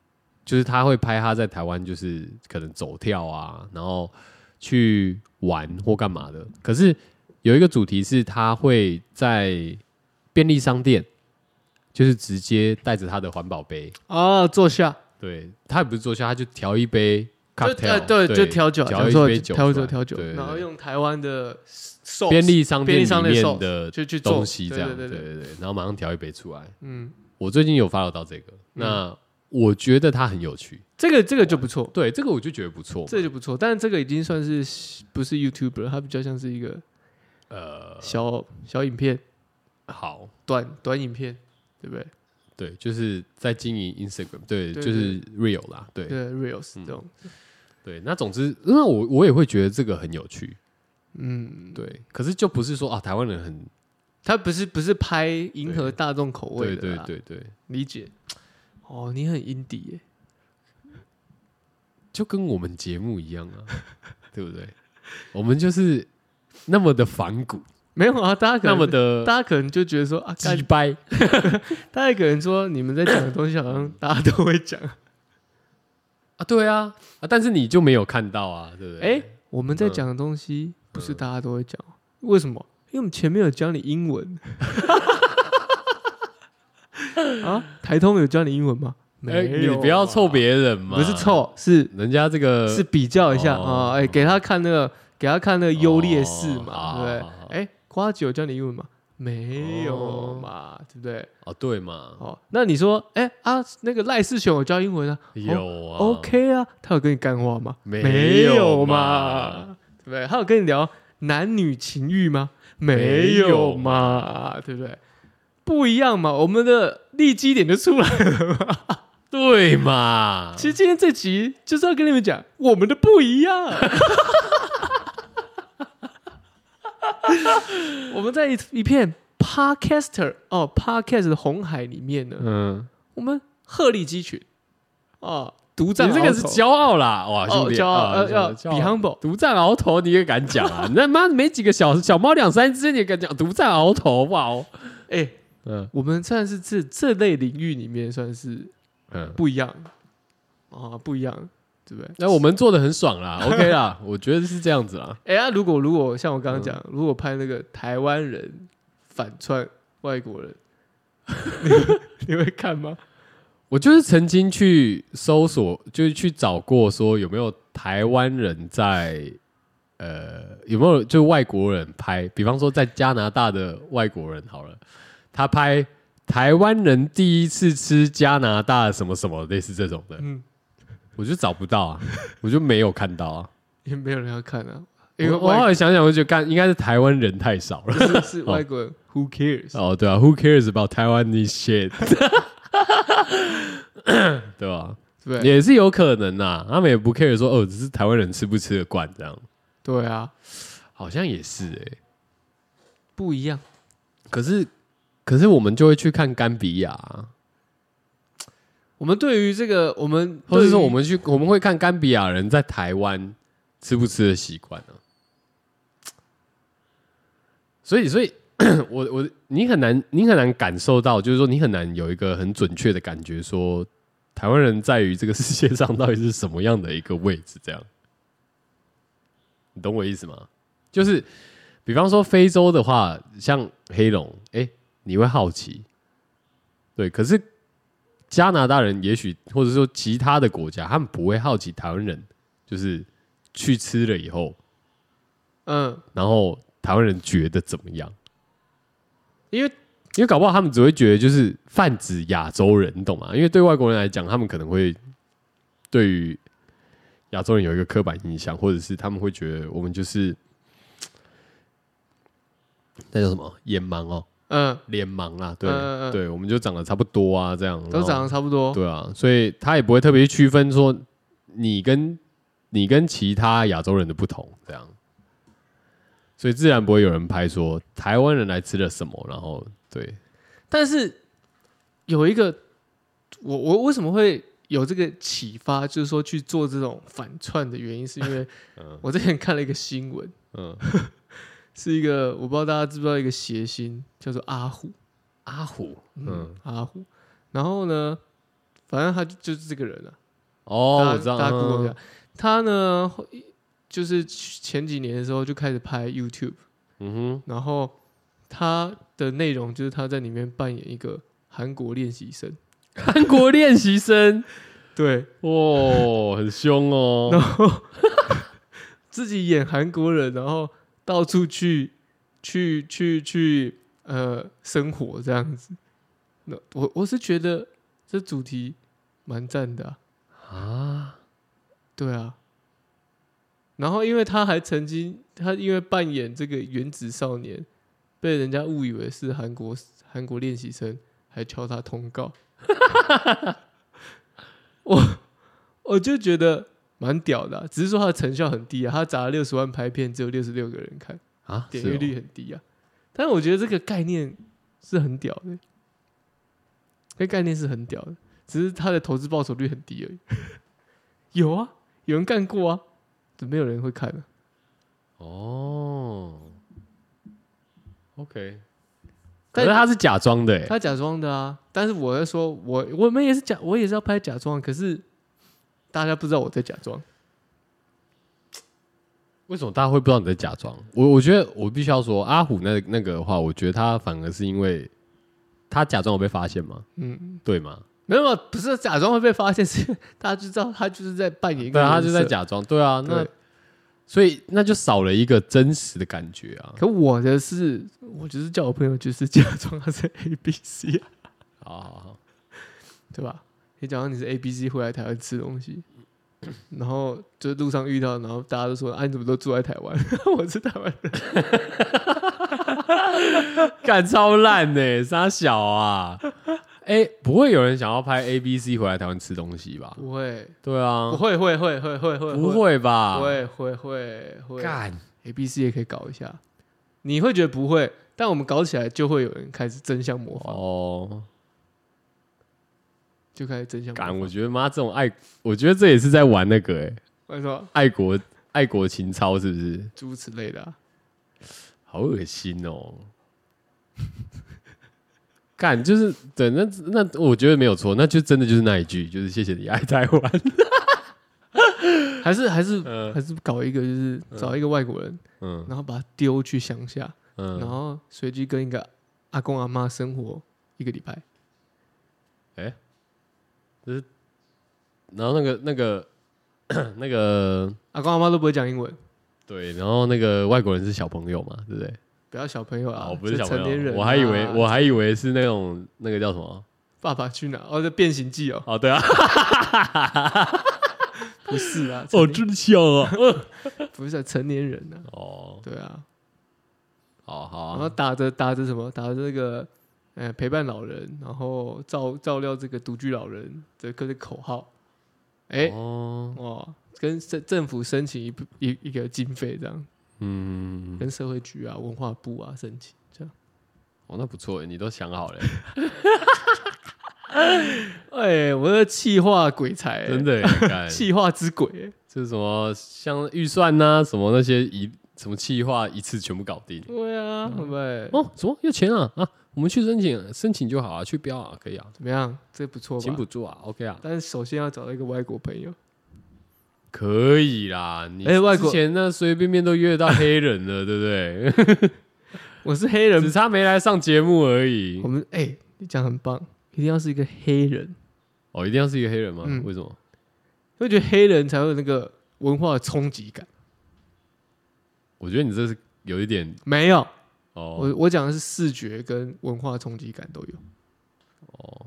[SPEAKER 1] 就是她会拍她在台湾就是可能走跳啊，然后去玩或干嘛的。可是有一个主题是她会在便利商店，就是直接带着他的环保杯，
[SPEAKER 2] 啊，坐下，
[SPEAKER 1] 对他也不是坐下，他就调一杯
[SPEAKER 2] 就
[SPEAKER 1] cocktail，、
[SPEAKER 2] 呃对，就调酒，
[SPEAKER 1] 调一
[SPEAKER 2] 错
[SPEAKER 1] 杯酒出来，
[SPEAKER 2] 调酒，调酒
[SPEAKER 1] 对，对
[SPEAKER 2] 然后
[SPEAKER 1] 对
[SPEAKER 2] 用台湾的 sauce
[SPEAKER 1] 便利商
[SPEAKER 2] 便利商
[SPEAKER 1] 里面
[SPEAKER 2] 店 sauce
[SPEAKER 1] 的
[SPEAKER 2] 就去做
[SPEAKER 1] 东西这样，
[SPEAKER 2] 对对
[SPEAKER 1] 对
[SPEAKER 2] 对
[SPEAKER 1] 对然后马上调一杯出来。
[SPEAKER 2] 嗯，
[SPEAKER 1] 我最近有 follow 到这个，那我觉得它很有趣，
[SPEAKER 2] 这个这个就不错，
[SPEAKER 1] 对这个我就觉得不错嘛，
[SPEAKER 2] 这个就不错，但是这个已经算是不是 YouTuber，它比较像是一个
[SPEAKER 1] 呃
[SPEAKER 2] 小小影片，
[SPEAKER 1] 好，
[SPEAKER 2] 短短影片，对不对？
[SPEAKER 1] 对，就是在经营 Instagram，对，
[SPEAKER 2] 对
[SPEAKER 1] 就是 real 啦，对
[SPEAKER 2] 对，reels
[SPEAKER 1] 嗯
[SPEAKER 2] 这种，
[SPEAKER 1] 对，那总之，因为我我也会觉得这个很有趣，
[SPEAKER 2] 嗯，
[SPEAKER 1] 对，可是就不是说啊，台湾人很
[SPEAKER 2] 它不是不是拍迎合大众口味
[SPEAKER 1] 对
[SPEAKER 2] 的
[SPEAKER 1] 对
[SPEAKER 2] 啦，
[SPEAKER 1] 对对，
[SPEAKER 2] 理解。哦，你很 indie 耶，
[SPEAKER 1] 就跟我们节目一样啊， 对不对？我们就是那么的反 骨，
[SPEAKER 2] 没有啊？大家可
[SPEAKER 1] 那
[SPEAKER 2] 能
[SPEAKER 1] 么的
[SPEAKER 2] 大家可能就觉得说啊，干
[SPEAKER 1] 鸡掰，
[SPEAKER 2] 大家可能说你们在讲的东西好像大家都会讲。
[SPEAKER 1] 啊，对啊，啊，但是你就没有看到啊，对不 对？嗯
[SPEAKER 2] 哎、我们在讲的东西不是大家都会讲，为什么？因为我们前面有教你英文。 啊，台通有教你英文吗？没
[SPEAKER 1] 哎，你
[SPEAKER 2] 有
[SPEAKER 1] 不要
[SPEAKER 2] 啊
[SPEAKER 1] 臭别人嘛，
[SPEAKER 2] 不是，臭，是
[SPEAKER 1] 人家这个
[SPEAKER 2] 是比较一下
[SPEAKER 1] 哦
[SPEAKER 2] 啊，哎，给他看那个，给他看那个优劣势嘛，
[SPEAKER 1] 哦
[SPEAKER 2] 对
[SPEAKER 1] 好好
[SPEAKER 2] 不
[SPEAKER 1] 好
[SPEAKER 2] 对？哎，瓜子有教你英文吗？没有嘛，对不对？
[SPEAKER 1] 哦，对嘛，
[SPEAKER 2] 哦，那你说，哎啊，那个赖世雄有教英文啊？哦
[SPEAKER 1] 有啊
[SPEAKER 2] ，OK 啊，他有跟你干话吗？
[SPEAKER 1] 没有
[SPEAKER 2] 有
[SPEAKER 1] 嘛
[SPEAKER 2] 嘛，对不对？他有跟你聊男女情欲吗？
[SPEAKER 1] 没
[SPEAKER 2] 没
[SPEAKER 1] 有
[SPEAKER 2] 有嘛，对不对？不一样嘛，我们的立基点就出来 了。
[SPEAKER 1] 对嘛，
[SPEAKER 2] 其实今天这集就是要跟你们讲，我们的不一样。 我们在一一片 podcaster 哦 podcast 的红海里面呢，
[SPEAKER 1] 嗯，
[SPEAKER 2] 我们鹤立鸡群哦，独占
[SPEAKER 1] 你
[SPEAKER 2] 鳌头。
[SPEAKER 1] 这个是骄傲啦，哇，兄
[SPEAKER 2] 哦，
[SPEAKER 1] 弟，
[SPEAKER 2] 骄傲，
[SPEAKER 1] 啊
[SPEAKER 2] 呃，要
[SPEAKER 1] 骄
[SPEAKER 2] be
[SPEAKER 1] 傲
[SPEAKER 2] humble。
[SPEAKER 1] 独占鳌头，你也敢讲啊？那妈没几个小小猫两三只，你也敢讲独占鳌头？哇哦，
[SPEAKER 2] 哎，
[SPEAKER 1] 嗯
[SPEAKER 2] 我们算是这这类领域里面算是
[SPEAKER 1] 嗯，
[SPEAKER 2] 不一样啊，不一样，对不对？
[SPEAKER 1] 那我们做的很爽啦，OK 啦，我觉得是这样子啦。
[SPEAKER 2] 哎呀，啊如果如果像我刚刚讲，
[SPEAKER 1] 嗯
[SPEAKER 2] 如果拍那个台湾人反串外国人， 你会看吗？
[SPEAKER 1] 我就是曾经去搜索，就是去找过说有没有台湾人在，呃，有没有就外国人拍，比方说在加拿大的外国人好了，他拍台湾人第一次吃加拿大什么什么类似这种的，
[SPEAKER 2] 嗯，
[SPEAKER 1] 我就找不到啊，我就没有看到啊。
[SPEAKER 2] 也没有人要看啊，因为
[SPEAKER 1] 我我后
[SPEAKER 2] 外
[SPEAKER 1] 来想想，我就觉得干应该是台湾人太少 了。
[SPEAKER 2] 是是外国人，Who cares？
[SPEAKER 1] 哦，对啊，Who cares about Taiwanese shit？对吧、
[SPEAKER 2] 对不对？
[SPEAKER 1] 也是有可能呐、他们也不 care 说哦，只是台湾人吃不吃得惯这样，
[SPEAKER 2] 对啊，
[SPEAKER 1] 好像也是哎、
[SPEAKER 2] 不一样。
[SPEAKER 1] 可是，可是我们就会去看甘比亚、啊，
[SPEAKER 2] 我们对于这个，我们
[SPEAKER 1] 或者
[SPEAKER 2] 对于
[SPEAKER 1] 说我们去我们会看甘比亚人在台湾吃不吃的习惯啊。所以，所以 我我你很难你很难感受到，就是说你很难有一个很准确的感觉说。台湾人在于这个世界上到底是什么样的一个位置？这样，你懂我意思吗？就是，比方说非洲的话，像黑龙，哎、你会好奇，对。可是加拿大人也许，或者说其他的国家，他们不会好奇台湾人，就是去吃了以后，
[SPEAKER 2] 嗯，
[SPEAKER 1] 然后台湾人觉得怎么样？
[SPEAKER 2] 因为
[SPEAKER 1] 因为搞不好他们只会觉得就是泛指亚洲人，你懂吗？因为对外国人来讲，他们可能会对于亚洲人有一个刻板印象，或者是他们会觉得我们就是那叫什么眼盲哦，
[SPEAKER 2] 嗯
[SPEAKER 1] 脸盲啦，对、
[SPEAKER 2] 嗯嗯嗯
[SPEAKER 1] 对，我们就长得差不多啊，这样然
[SPEAKER 2] 都
[SPEAKER 1] 后
[SPEAKER 2] 长得差不多，
[SPEAKER 1] 对啊，所以他也不会特别去区分说你跟你跟其他亚洲人的不同这样，所以自然不会有人拍说台湾人来吃了什么，然后对，
[SPEAKER 2] 但是有一个，我我为什么会有这个启发，就是说去做这种反串的原因，是 因为我之前看了一个新闻，
[SPEAKER 1] 嗯，
[SPEAKER 2] 是一个我不知道大家知不知道一个谐星叫做阿虎，
[SPEAKER 1] 阿虎，嗯
[SPEAKER 2] 嗯，，阿虎。然后呢，反正他就就是这个人啊，大
[SPEAKER 1] 哦，
[SPEAKER 2] 家
[SPEAKER 1] 我知道，
[SPEAKER 2] 大家 Google
[SPEAKER 1] 嗯
[SPEAKER 2] 一下，他呢后就是前几年的时候就开始拍 YouTube，
[SPEAKER 1] 嗯
[SPEAKER 2] 然后他的内容就是他在里面扮演一个韩国练习生，
[SPEAKER 1] 哼，韩国练习 生，
[SPEAKER 2] 对。
[SPEAKER 1] 哦，很凶哦，
[SPEAKER 2] 然后自己演韩国人，然后到处去去去去呃生活这样子。那我我是觉得这主题蛮赞的啊、
[SPEAKER 1] 啊，
[SPEAKER 2] 对啊。然后因为他还曾经，他因为扮演这个原子少年，被人家误以为是韩国韩国练习生，还敲他通告。 我我就觉得蛮屌的啊、只是说他的成效很低啊，他砸了六十万拍片，只有六十六个人看，
[SPEAKER 1] 啊，
[SPEAKER 2] 点
[SPEAKER 1] 是
[SPEAKER 2] 阅
[SPEAKER 1] 哦
[SPEAKER 2] 率很低啊。但是我觉得这个概念是很屌的，这个概念是很屌的，只是它的投资报酬率很低而已。 有啊，有人干过啊，怎么没有人会看啊呢、
[SPEAKER 1] 哦，OK，可
[SPEAKER 2] 但
[SPEAKER 1] 是他是假装的、欸，
[SPEAKER 2] 他假装的啊，但是我在说，我我们也是假，我也是要拍假装，啊可是大家不知道我在假装。
[SPEAKER 1] 为什么大家会不知道你在假装？我我觉得我必须要说，阿虎那那个的话，我觉得他反而是因为他假装有被发现吗？
[SPEAKER 2] 嗯，
[SPEAKER 1] 对吗？
[SPEAKER 2] 没有，不是假装会被发现，是大家就知道他就是在扮演一个
[SPEAKER 1] 对啊，他
[SPEAKER 2] 人
[SPEAKER 1] 就在
[SPEAKER 2] 设。
[SPEAKER 1] 假装，对啊，那
[SPEAKER 2] 对，
[SPEAKER 1] 所以那就少了一个真实的感觉 啊。
[SPEAKER 2] 可我的是，我就是叫我朋友就是假装他是 A B C 啊，
[SPEAKER 1] 好好好，
[SPEAKER 2] 对吧？你假装你是 A B C 回来台湾吃东西，然后就路上遇到，然后大家都说啊，你怎么都住在台湾？ 我是台湾人。
[SPEAKER 1] 干超烂呢、傻小啊！ 哎、不会有人想要拍 A B C 回来台湾吃东西吧？
[SPEAKER 2] 不会，
[SPEAKER 1] 对啊
[SPEAKER 2] 不，会，会会会会嗯会
[SPEAKER 1] 不会吧？
[SPEAKER 2] 会会会会。
[SPEAKER 1] 干
[SPEAKER 2] A B C 也可以搞一下。你会觉得不会，但我们搞起来就会有人开始争相模仿，
[SPEAKER 1] 哦，
[SPEAKER 2] 就开始争相模
[SPEAKER 1] 干！
[SPEAKER 2] 仿。
[SPEAKER 1] 我觉得妈这种爱，我觉得这也是在玩那个哎、
[SPEAKER 2] 我说
[SPEAKER 1] 爱国爱国情操是不是？
[SPEAKER 2] 诸如此类的、啊，
[SPEAKER 1] 好恶心哦！ 干就是对，那那我觉得没有错，那就真的就是那一句，就是谢谢你爱台湾。
[SPEAKER 2] 还是还是、
[SPEAKER 1] 嗯
[SPEAKER 2] 还是搞一个，就是找一个外国人，
[SPEAKER 1] 嗯
[SPEAKER 2] 然后把他丢去乡下，然
[SPEAKER 1] 嗯，
[SPEAKER 2] 后随机跟一个阿公阿妈生活一个礼拜。
[SPEAKER 1] 然后那个那个 那个
[SPEAKER 2] 阿公阿妈都不会讲英文，
[SPEAKER 1] 对，然后那个外国人是小朋友嘛，对不对？
[SPEAKER 2] 不要小朋友啊，
[SPEAKER 1] 哦，不是小
[SPEAKER 2] 就
[SPEAKER 1] 朋
[SPEAKER 2] 成年
[SPEAKER 1] 友，
[SPEAKER 2] 人啊、
[SPEAKER 1] 我还以为我还以为是那种那个叫什么？
[SPEAKER 2] 爸爸去哪？哦，这变形记哦，
[SPEAKER 1] 哦，对啊，
[SPEAKER 2] 不是啊，
[SPEAKER 3] 哦，
[SPEAKER 2] 成
[SPEAKER 3] 真香啊！
[SPEAKER 2] 年不是、啊、成年人啊，
[SPEAKER 1] 哦，
[SPEAKER 2] 对啊，
[SPEAKER 1] 好好
[SPEAKER 2] 然后
[SPEAKER 1] 啊，
[SPEAKER 2] 打着打着什么，打着这个，呃，陪伴老人，然后照照料这个独居老人的各个口号，哎、
[SPEAKER 1] 哦，
[SPEAKER 2] 哦，跟政政府申请一部一一个经费，这样
[SPEAKER 1] 嗯，
[SPEAKER 2] 跟社会局啊、文化部啊申请，这样，
[SPEAKER 1] 哦，那不错，你都想好 了，
[SPEAKER 2] 哎、我的气化鬼才、欸
[SPEAKER 1] 真的耶，干
[SPEAKER 2] 气化之鬼、
[SPEAKER 1] 就是什么像预算呐、什么那些一什么计划一次全部搞定。
[SPEAKER 2] 对啊，会不会、
[SPEAKER 1] 哦，什么要钱啊啊？我们去申请申请就好啊，去标啊，可以啊，
[SPEAKER 2] 怎么样？这不错
[SPEAKER 1] 请
[SPEAKER 2] 吧
[SPEAKER 1] 补？助啊，OK 啊，
[SPEAKER 2] 但是首先要找到一个外国朋友，
[SPEAKER 1] 可以啦。你
[SPEAKER 2] 哎外国
[SPEAKER 1] 之前那随随便便都约到黑人了，对不
[SPEAKER 2] 我是
[SPEAKER 1] 对？
[SPEAKER 2] 黑 人
[SPEAKER 1] 只，差没来上节目而已
[SPEAKER 2] 我。们哎、你讲很棒，一定要是一个黑人。
[SPEAKER 1] 哦，一定要是一个黑人吗？
[SPEAKER 2] 嗯
[SPEAKER 1] 为什么？
[SPEAKER 2] 会觉得黑人才会有那个文化的冲击感。
[SPEAKER 1] 我觉得你这是有一点
[SPEAKER 2] 没有，
[SPEAKER 1] 哦，
[SPEAKER 2] 我我讲的是视觉跟文化冲击感都有。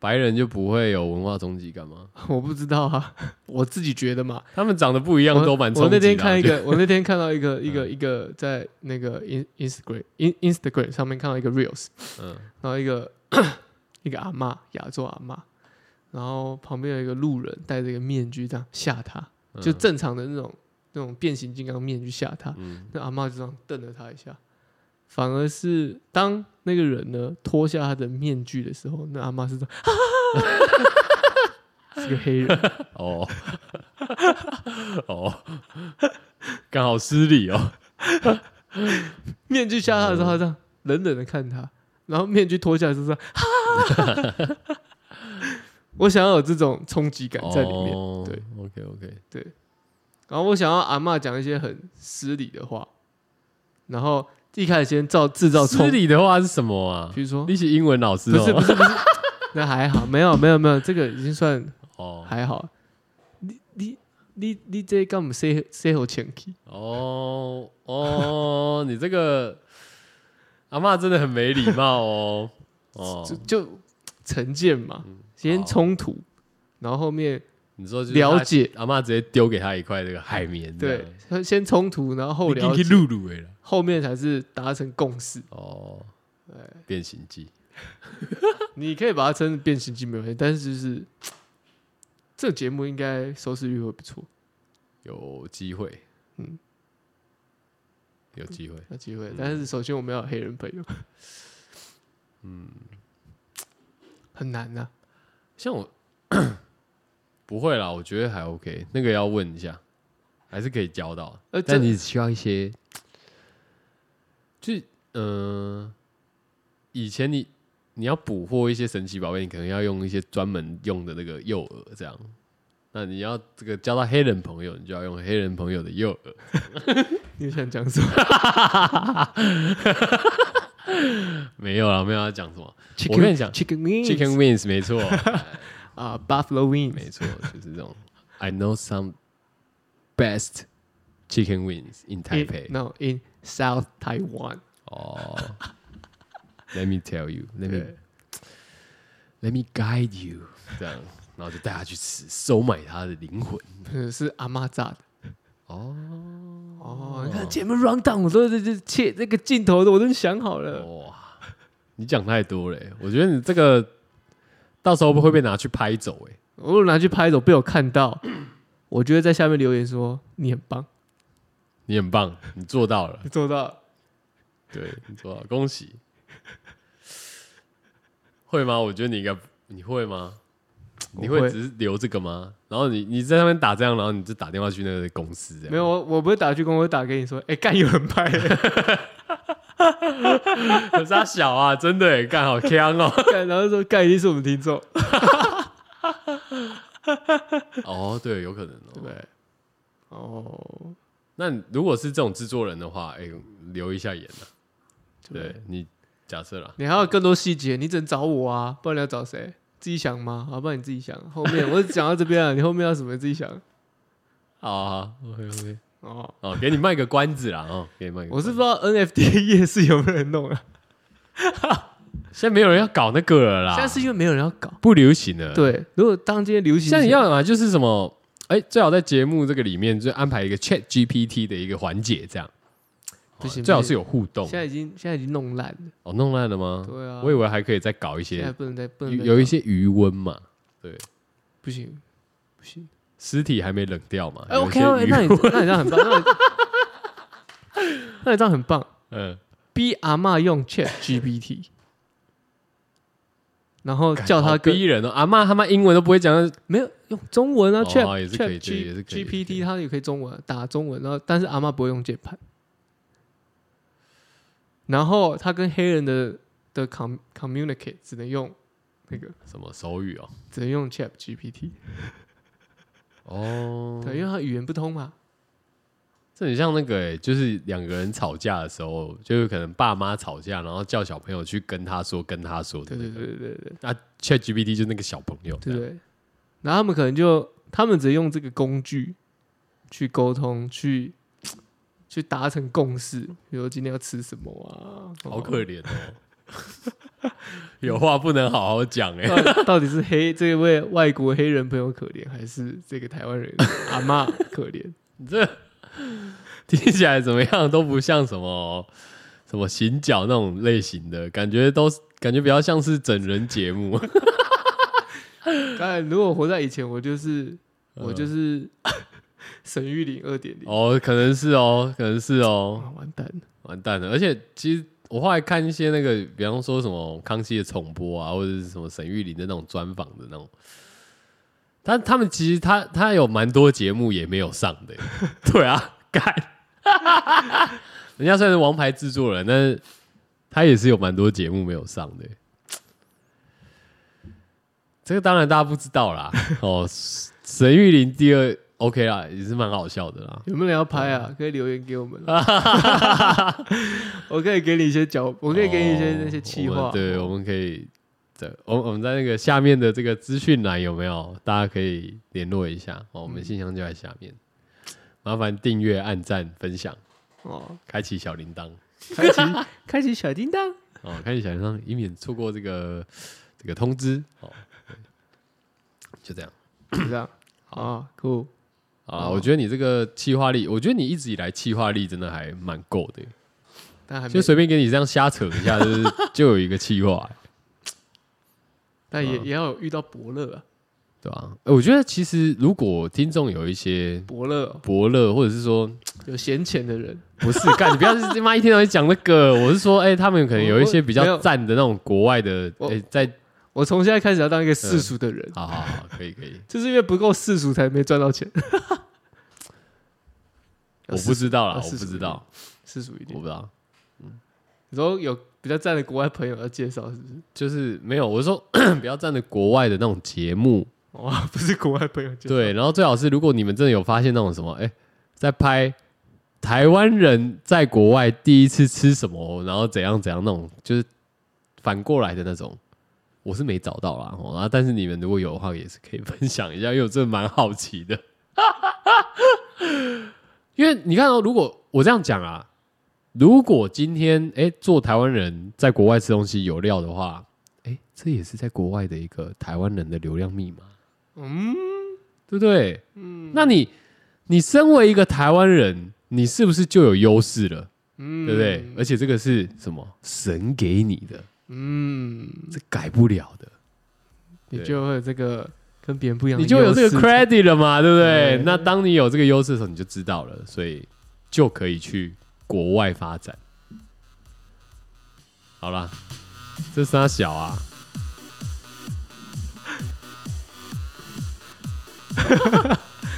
[SPEAKER 1] 白人就不会有文化冲击感吗？
[SPEAKER 2] 我不知道啊，我自己觉得嘛。
[SPEAKER 1] 他们长得不一样
[SPEAKER 2] 我
[SPEAKER 1] 都蛮冲击的啊。嗯
[SPEAKER 2] 我那天看一
[SPEAKER 1] 就，
[SPEAKER 2] 个，我那天看到一个一个一个在那个 in Instagram in Instagram 上面看到一个 reels，
[SPEAKER 1] 嗯，
[SPEAKER 2] 然后一个一个阿嬷，亚洲阿嬷，然后旁边有一个路人戴着一个面具这样吓他，
[SPEAKER 1] 嗯
[SPEAKER 2] 就正常的那种那种变形金刚面具吓他，
[SPEAKER 1] 嗯
[SPEAKER 2] 那阿嬷就这样瞪了他一下。反而是当那个人呢脱下他的面具的时候，那阿嬷是这样， 是个黑人，
[SPEAKER 1] 哦，哦，刚好失礼哦。
[SPEAKER 2] 面具下他的时候，他这样冷冷的看他，然后面具脱下来就是这样，哈 我想要有这种冲击感在里面，
[SPEAKER 1] 哦、
[SPEAKER 2] 对
[SPEAKER 1] ，OK OK，
[SPEAKER 2] 然后我想要阿嬷讲一些很失礼的话，然后一开始先造制造冲
[SPEAKER 1] 失，礼的话是什么啊？
[SPEAKER 2] 比如说
[SPEAKER 1] 你是英文老师
[SPEAKER 2] 不
[SPEAKER 1] 哦？
[SPEAKER 2] 是不是不是，那还好，没有没有没有，这个已经算
[SPEAKER 1] 哦
[SPEAKER 2] 还好。你你你你这干么 say say 好前期？
[SPEAKER 1] 哦哦，你这个阿嬷真的很没礼貌哦。哦嗯
[SPEAKER 2] 就，就成见嘛，先
[SPEAKER 1] 好
[SPEAKER 2] 冲突，然后后面
[SPEAKER 1] 你说就是
[SPEAKER 2] 了
[SPEAKER 1] 他
[SPEAKER 2] 解，
[SPEAKER 1] 阿嬷直接丢给他一块这个海绵，
[SPEAKER 2] 对，，先先冲突，然后后了
[SPEAKER 3] 去
[SPEAKER 2] 解，
[SPEAKER 3] 露露诶啦，
[SPEAKER 2] 后面才是达成共识。
[SPEAKER 1] 哦，
[SPEAKER 2] 哎
[SPEAKER 1] 变形记，
[SPEAKER 2] 你可以把它称变形记没有问题，但是就是这个节目应该收视率会不错。
[SPEAKER 1] 有机会，
[SPEAKER 2] 嗯
[SPEAKER 1] 有机会。
[SPEAKER 2] 有机会。
[SPEAKER 1] 嗯
[SPEAKER 2] 但是首先我们要有黑 人朋友，
[SPEAKER 1] 嗯
[SPEAKER 2] 嗯，很难呐、
[SPEAKER 1] 像我 不会啦，我觉得还 OK，那个要问一下，还是可以教到。
[SPEAKER 2] 呃，这
[SPEAKER 1] 但你需要一些，就是呃，以前你你要捕获一些神奇宝贝，你可能要用一些专门用的那个诱饵，这样。那你要这个交到黑人朋友，你就要用黑人朋友的诱饵。
[SPEAKER 2] 你想讲什么
[SPEAKER 1] 没有啦，没有要讲什么。
[SPEAKER 2] ？Chicken,
[SPEAKER 1] 我跟你讲
[SPEAKER 2] ，Chicken wings
[SPEAKER 1] Chicken wings，没错，
[SPEAKER 2] 啊、b u f f a l o
[SPEAKER 1] 没
[SPEAKER 2] wings，
[SPEAKER 1] 错，就是这种。I know some best chicken wings in Taipei.
[SPEAKER 2] In- No, in South Taiwan。
[SPEAKER 1] 哦，Let me tell you, let me
[SPEAKER 2] 对
[SPEAKER 1] let me guide you，这样，然后就带他去吃，收买他的灵魂。
[SPEAKER 2] 呃是阿妈炸的。
[SPEAKER 1] 哦，
[SPEAKER 2] 哦，你看前面 round down，我都这这切那个镜头的，我都想好了。
[SPEAKER 1] 哇，你讲太多了欸，我觉得你这个到时候会被拿去拍走，哎，
[SPEAKER 2] 我如果拿去拍走被我看到， 我就会在下面留言说你很棒，
[SPEAKER 1] 你很棒，你做到了，
[SPEAKER 2] 你做到了。
[SPEAKER 1] 对你做到了，恭喜。会吗？我觉得你应该你会吗？你
[SPEAKER 2] 我
[SPEAKER 1] 会
[SPEAKER 2] 会
[SPEAKER 1] 只是留这个吗？然后你你在那边打这样，然后你就打电话去那个公司，这样
[SPEAKER 2] 没有，我我不会打去工，我会打给你说，哎、干有人拍了，
[SPEAKER 1] 可是他小啊，真的耶干好强哦。
[SPEAKER 2] 干然后说干一定是我们听众，
[SPEAKER 1] 哦，对，有可能
[SPEAKER 2] 对不
[SPEAKER 1] 哦。
[SPEAKER 2] 对？哦，
[SPEAKER 1] 那如果是这种制作人的话，哎、留一下言啊。
[SPEAKER 2] 对
[SPEAKER 1] 对你假设啦，
[SPEAKER 2] 你还有更多细节，你只能找我啊，不然你要找谁？自己想吗？哦好，不然你自己想。后面我只讲到这边啊了，你后面要什么自己想。
[SPEAKER 1] 好啊好，OK OK，
[SPEAKER 2] 哦，
[SPEAKER 1] 哦，给你卖个关子啦，哦，给你卖个关
[SPEAKER 2] 我是
[SPEAKER 1] 子。
[SPEAKER 2] 不知道 NFT 夜市有没有人弄啊，
[SPEAKER 1] 现在没有人要搞那个了啦，
[SPEAKER 2] 现在是因为没有人要搞。
[SPEAKER 1] 不流行了。，
[SPEAKER 2] 对，如果当今天流行起来，
[SPEAKER 1] 像你要嘛，啊就是什么，哎、最好在节目这个里面就安排一个 Chat GPT 的一个环节，这样。
[SPEAKER 2] 不行
[SPEAKER 1] 哦最好
[SPEAKER 2] 不行
[SPEAKER 1] 是有互动
[SPEAKER 2] 现。在已经现在已经弄烂了，
[SPEAKER 1] 哦，弄烂了吗？
[SPEAKER 2] 对啊
[SPEAKER 1] 我以为还可以再搞一
[SPEAKER 2] 现在
[SPEAKER 1] 些，
[SPEAKER 2] 不能再不
[SPEAKER 1] 有
[SPEAKER 2] 能再
[SPEAKER 1] 有一
[SPEAKER 2] 搞
[SPEAKER 1] 些余温嘛，
[SPEAKER 2] 不行不行。
[SPEAKER 1] 尸体还没冷掉嘛。
[SPEAKER 2] 哎
[SPEAKER 1] 有一
[SPEAKER 2] ，OK，
[SPEAKER 1] 些
[SPEAKER 2] 啊
[SPEAKER 1] 余
[SPEAKER 2] 那你那你这样很棒，那你那你这样很棒。
[SPEAKER 1] 嗯，
[SPEAKER 2] 逼阿嬷用 Chat GPT，然后
[SPEAKER 1] 干
[SPEAKER 2] 叫
[SPEAKER 1] 好
[SPEAKER 2] 他跟
[SPEAKER 1] 逼人哦，阿妈他妈英文都不会讲，
[SPEAKER 2] 没有用中文啊
[SPEAKER 1] 哦
[SPEAKER 2] Chat
[SPEAKER 1] 也是可以
[SPEAKER 2] Chat
[SPEAKER 1] 对也是
[SPEAKER 2] G
[SPEAKER 1] 可以也是可以
[SPEAKER 2] GPT 它也可以中文打中文，然后但是阿嬷不会用键盘。然后他跟黑人的的 com communicate 只能用那个，
[SPEAKER 1] 什么手语哦，
[SPEAKER 2] 只能用 Chat GPT，
[SPEAKER 1] 哦，
[SPEAKER 2] 对，因为他语言不通嘛。
[SPEAKER 1] 这很像那个、欸，就是两个人吵架的时候，就是可能爸妈吵架，然后叫小朋友去跟他说，跟他说的
[SPEAKER 2] 对
[SPEAKER 1] 那
[SPEAKER 2] 对
[SPEAKER 1] 个。
[SPEAKER 2] 对对对对
[SPEAKER 1] 那 ChatGPT 就是那个小朋友，这
[SPEAKER 2] 对
[SPEAKER 1] 样
[SPEAKER 2] 对。然后他们可能就他们只能用这个工具去沟通，去去达成共识，比如今天要吃什么啊？
[SPEAKER 1] 好可怜哦， 有话不能好好讲哎、
[SPEAKER 2] 到到底是黑这位外国黑人朋友可怜，还是这个台湾人阿嬷可 怜？
[SPEAKER 1] 你这听起来怎么样？都不像什么什么行脚那种类型的感觉都，是感觉比较像是整人节目。
[SPEAKER 2] 当然，如果活在以前，我就是我就是 沈玉玲二点零，
[SPEAKER 1] 嗯哦，可能是哦，可能是哦，
[SPEAKER 2] 哇，完蛋了！
[SPEAKER 1] 完蛋了！而且其实我后来看一些那个，比方说什么康熙的重播啊，或者是什么沈玉琳的那种专访的那种，他他们其实他他有蛮多节目也没有上的，对啊，干，人家虽然是王牌制作人，但是他也是有蛮多节目没有上的。这个当然大家不知道啦，哦，沈玉琳第二 OK 啦，也是蛮好笑的啦。
[SPEAKER 2] 有没有人要拍
[SPEAKER 1] 哦
[SPEAKER 2] 啊？可以留言给我们啊， 我可以给你一些脚，我可以给你一些那些气
[SPEAKER 1] 哦我
[SPEAKER 2] 话
[SPEAKER 1] 们。对，我们可以在我我们在那个下面的这个资讯栏有没有？大家可以联络一下哦，我
[SPEAKER 2] 嗯
[SPEAKER 1] 们信箱就在下面。麻烦订阅、按赞、分享，
[SPEAKER 2] 哦，
[SPEAKER 1] 开启小铃铛
[SPEAKER 2] 开启开启小叮当。
[SPEAKER 1] 哦，开启小铃铛，以免错过这个这个通知哦。对就这样
[SPEAKER 2] 就这样。好，cool，
[SPEAKER 1] 啊，
[SPEAKER 2] 哦
[SPEAKER 1] 我觉得你这个气化力，我觉得你一直以来气化力真的还蛮够的，
[SPEAKER 2] 但还没
[SPEAKER 1] 就，随便给你这样瞎扯一下，就是 就有一个气化。嗯
[SPEAKER 2] 但也也要有遇到伯乐啊，
[SPEAKER 1] 对吧、呃我觉得其实如果听众有一些
[SPEAKER 2] 伯乐哦
[SPEAKER 1] 伯乐，或者是说
[SPEAKER 2] 有闲钱的人，
[SPEAKER 1] 不是干，你不要是他妈一天到晚讲那个， 我是说，哎、他们可能有一些比
[SPEAKER 2] 我没
[SPEAKER 1] 较
[SPEAKER 2] 有
[SPEAKER 1] 赞的那种国外的，哎、
[SPEAKER 2] 我
[SPEAKER 1] 在
[SPEAKER 2] 我从现在开始要当一个世俗的人，
[SPEAKER 1] 好好好，可以可以，
[SPEAKER 2] 就是因为不够世俗才没赚到钱。
[SPEAKER 1] 我不知道啦，
[SPEAKER 2] 要
[SPEAKER 1] 啊我不
[SPEAKER 2] 啊世俗
[SPEAKER 1] 知道，
[SPEAKER 2] 世俗一
[SPEAKER 1] 我
[SPEAKER 2] 点
[SPEAKER 1] 不，知道，
[SPEAKER 2] 你说有比较赞的国外朋友要介绍是不是？
[SPEAKER 1] 就是没有，我是说 不要站着国外的那种节目，
[SPEAKER 2] 哇，不是国外朋友介绍，
[SPEAKER 1] 对，然后最好是如果你们真的有发现那种什么，哎、在拍台湾人在国外第一次吃什么，然后怎样怎样那种，就是反过来的那种，我是没找到啦。哦然后但是你们如果有的话，也是可以分享一下，因为我真的蛮好奇的。因为你看哦，如果我这样讲啊，如果今天哎、做台湾人在国外吃东西有料的话，哎、这也是在国外的一个台湾人的流量密码。对不对？嗯，那你你身为一个台湾人，你是不是就有优势了？
[SPEAKER 2] 嗯
[SPEAKER 1] 对不对？而且这个是什么？神给你的，
[SPEAKER 2] 嗯，
[SPEAKER 1] 这改不了的，
[SPEAKER 2] 你
[SPEAKER 1] 对
[SPEAKER 2] 就会有这个跟别人不一样的
[SPEAKER 1] 你
[SPEAKER 2] 优势，
[SPEAKER 1] 就有这个 credit 了嘛，对不对？
[SPEAKER 2] 对
[SPEAKER 1] 那当你有这个优势的时候，你就知道了，所以就可以去国外发展。好啦，这是他小 啊。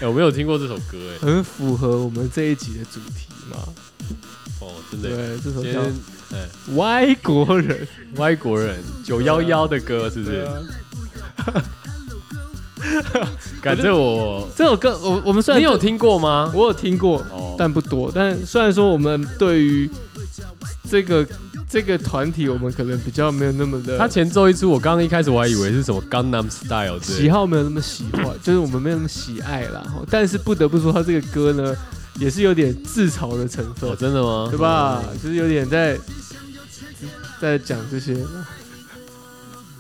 [SPEAKER 1] 哎我没有听过这首歌哎、
[SPEAKER 2] 很符合我们这一集的主题嘛。
[SPEAKER 1] 哦，真的
[SPEAKER 2] 对，这首
[SPEAKER 1] 今
[SPEAKER 2] 叫
[SPEAKER 1] 天
[SPEAKER 2] 《
[SPEAKER 1] 哎，
[SPEAKER 2] 外国人》，
[SPEAKER 1] 外国人九幺幺的歌是不
[SPEAKER 2] 对
[SPEAKER 1] 是？
[SPEAKER 2] 啊，
[SPEAKER 1] 感觉我，
[SPEAKER 2] 这首歌我我们虽然
[SPEAKER 1] 你有听过吗？
[SPEAKER 2] 我有听过，
[SPEAKER 1] 哦，
[SPEAKER 2] 但不多。但虽然说我们对于这个这个团体，我们可能比较没有那么的，
[SPEAKER 1] 他前奏一出，我刚刚一开始我还以为是什么《Gangnam Style》之类
[SPEAKER 2] 喜
[SPEAKER 1] 的，
[SPEAKER 2] 好没有那么喜欢，就是我们没有那么喜爱啦。齁但是不得不说，他这个歌呢，也是有点自嘲的成
[SPEAKER 1] 哦，
[SPEAKER 2] 分，
[SPEAKER 1] 真的吗？
[SPEAKER 2] 对吧？就是有点在在讲这些。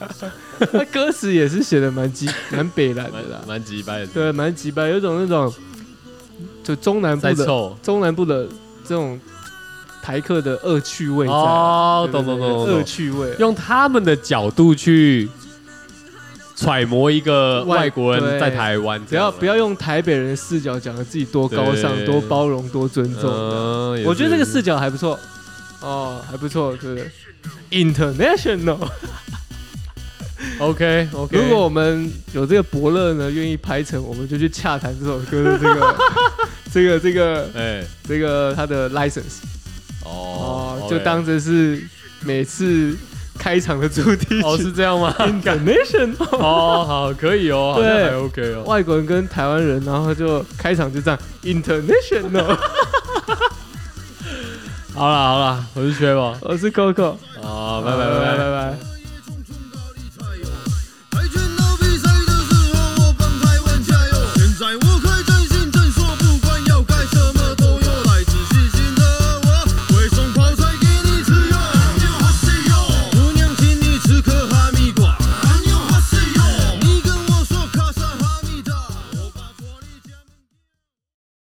[SPEAKER 2] 他歌词也是写的蛮激蛮北蓝的啦
[SPEAKER 1] 蛮，蛮鸡掰的，
[SPEAKER 2] 对，蛮直白，有种那种就中南部
[SPEAKER 1] 在
[SPEAKER 2] 的
[SPEAKER 1] 凑
[SPEAKER 2] 中南部的这种台客的恶趣味在
[SPEAKER 1] 哦，
[SPEAKER 2] 对
[SPEAKER 1] 懂
[SPEAKER 2] 对
[SPEAKER 1] 懂
[SPEAKER 2] 对
[SPEAKER 1] 懂
[SPEAKER 2] 恶
[SPEAKER 1] 懂，
[SPEAKER 2] 趣味，啊
[SPEAKER 1] 用他们的角度去揣摩一个外国人在台湾，
[SPEAKER 2] 只要不要用台北人的视角讲的自己多高尚、
[SPEAKER 1] 对
[SPEAKER 2] 多包容、多尊重，
[SPEAKER 1] 嗯，也
[SPEAKER 2] 我觉得这个
[SPEAKER 1] 是
[SPEAKER 2] 视角还不错，哦，还不错，对不对？International，
[SPEAKER 1] OK OK。
[SPEAKER 2] 如果我们有这个伯乐呢，愿意拍成，我们就去洽谈这首歌的这个这个这个
[SPEAKER 1] 哎
[SPEAKER 2] 这个它的 license。
[SPEAKER 1] 哦
[SPEAKER 2] 哦，
[SPEAKER 1] OK
[SPEAKER 2] 就当这是每次开场的主题
[SPEAKER 1] 哦
[SPEAKER 2] 曲
[SPEAKER 1] 是这样 吗？
[SPEAKER 2] ，Internation，
[SPEAKER 1] 哦好可以哦，好像
[SPEAKER 2] 对
[SPEAKER 1] 还 OK 哦。
[SPEAKER 2] 外国人跟台湾人，然后就开场就这样，International，
[SPEAKER 1] 好啦好啦，我是薛宝。
[SPEAKER 2] 我是 Coco，
[SPEAKER 1] 哦好，拜拜拜拜拜拜。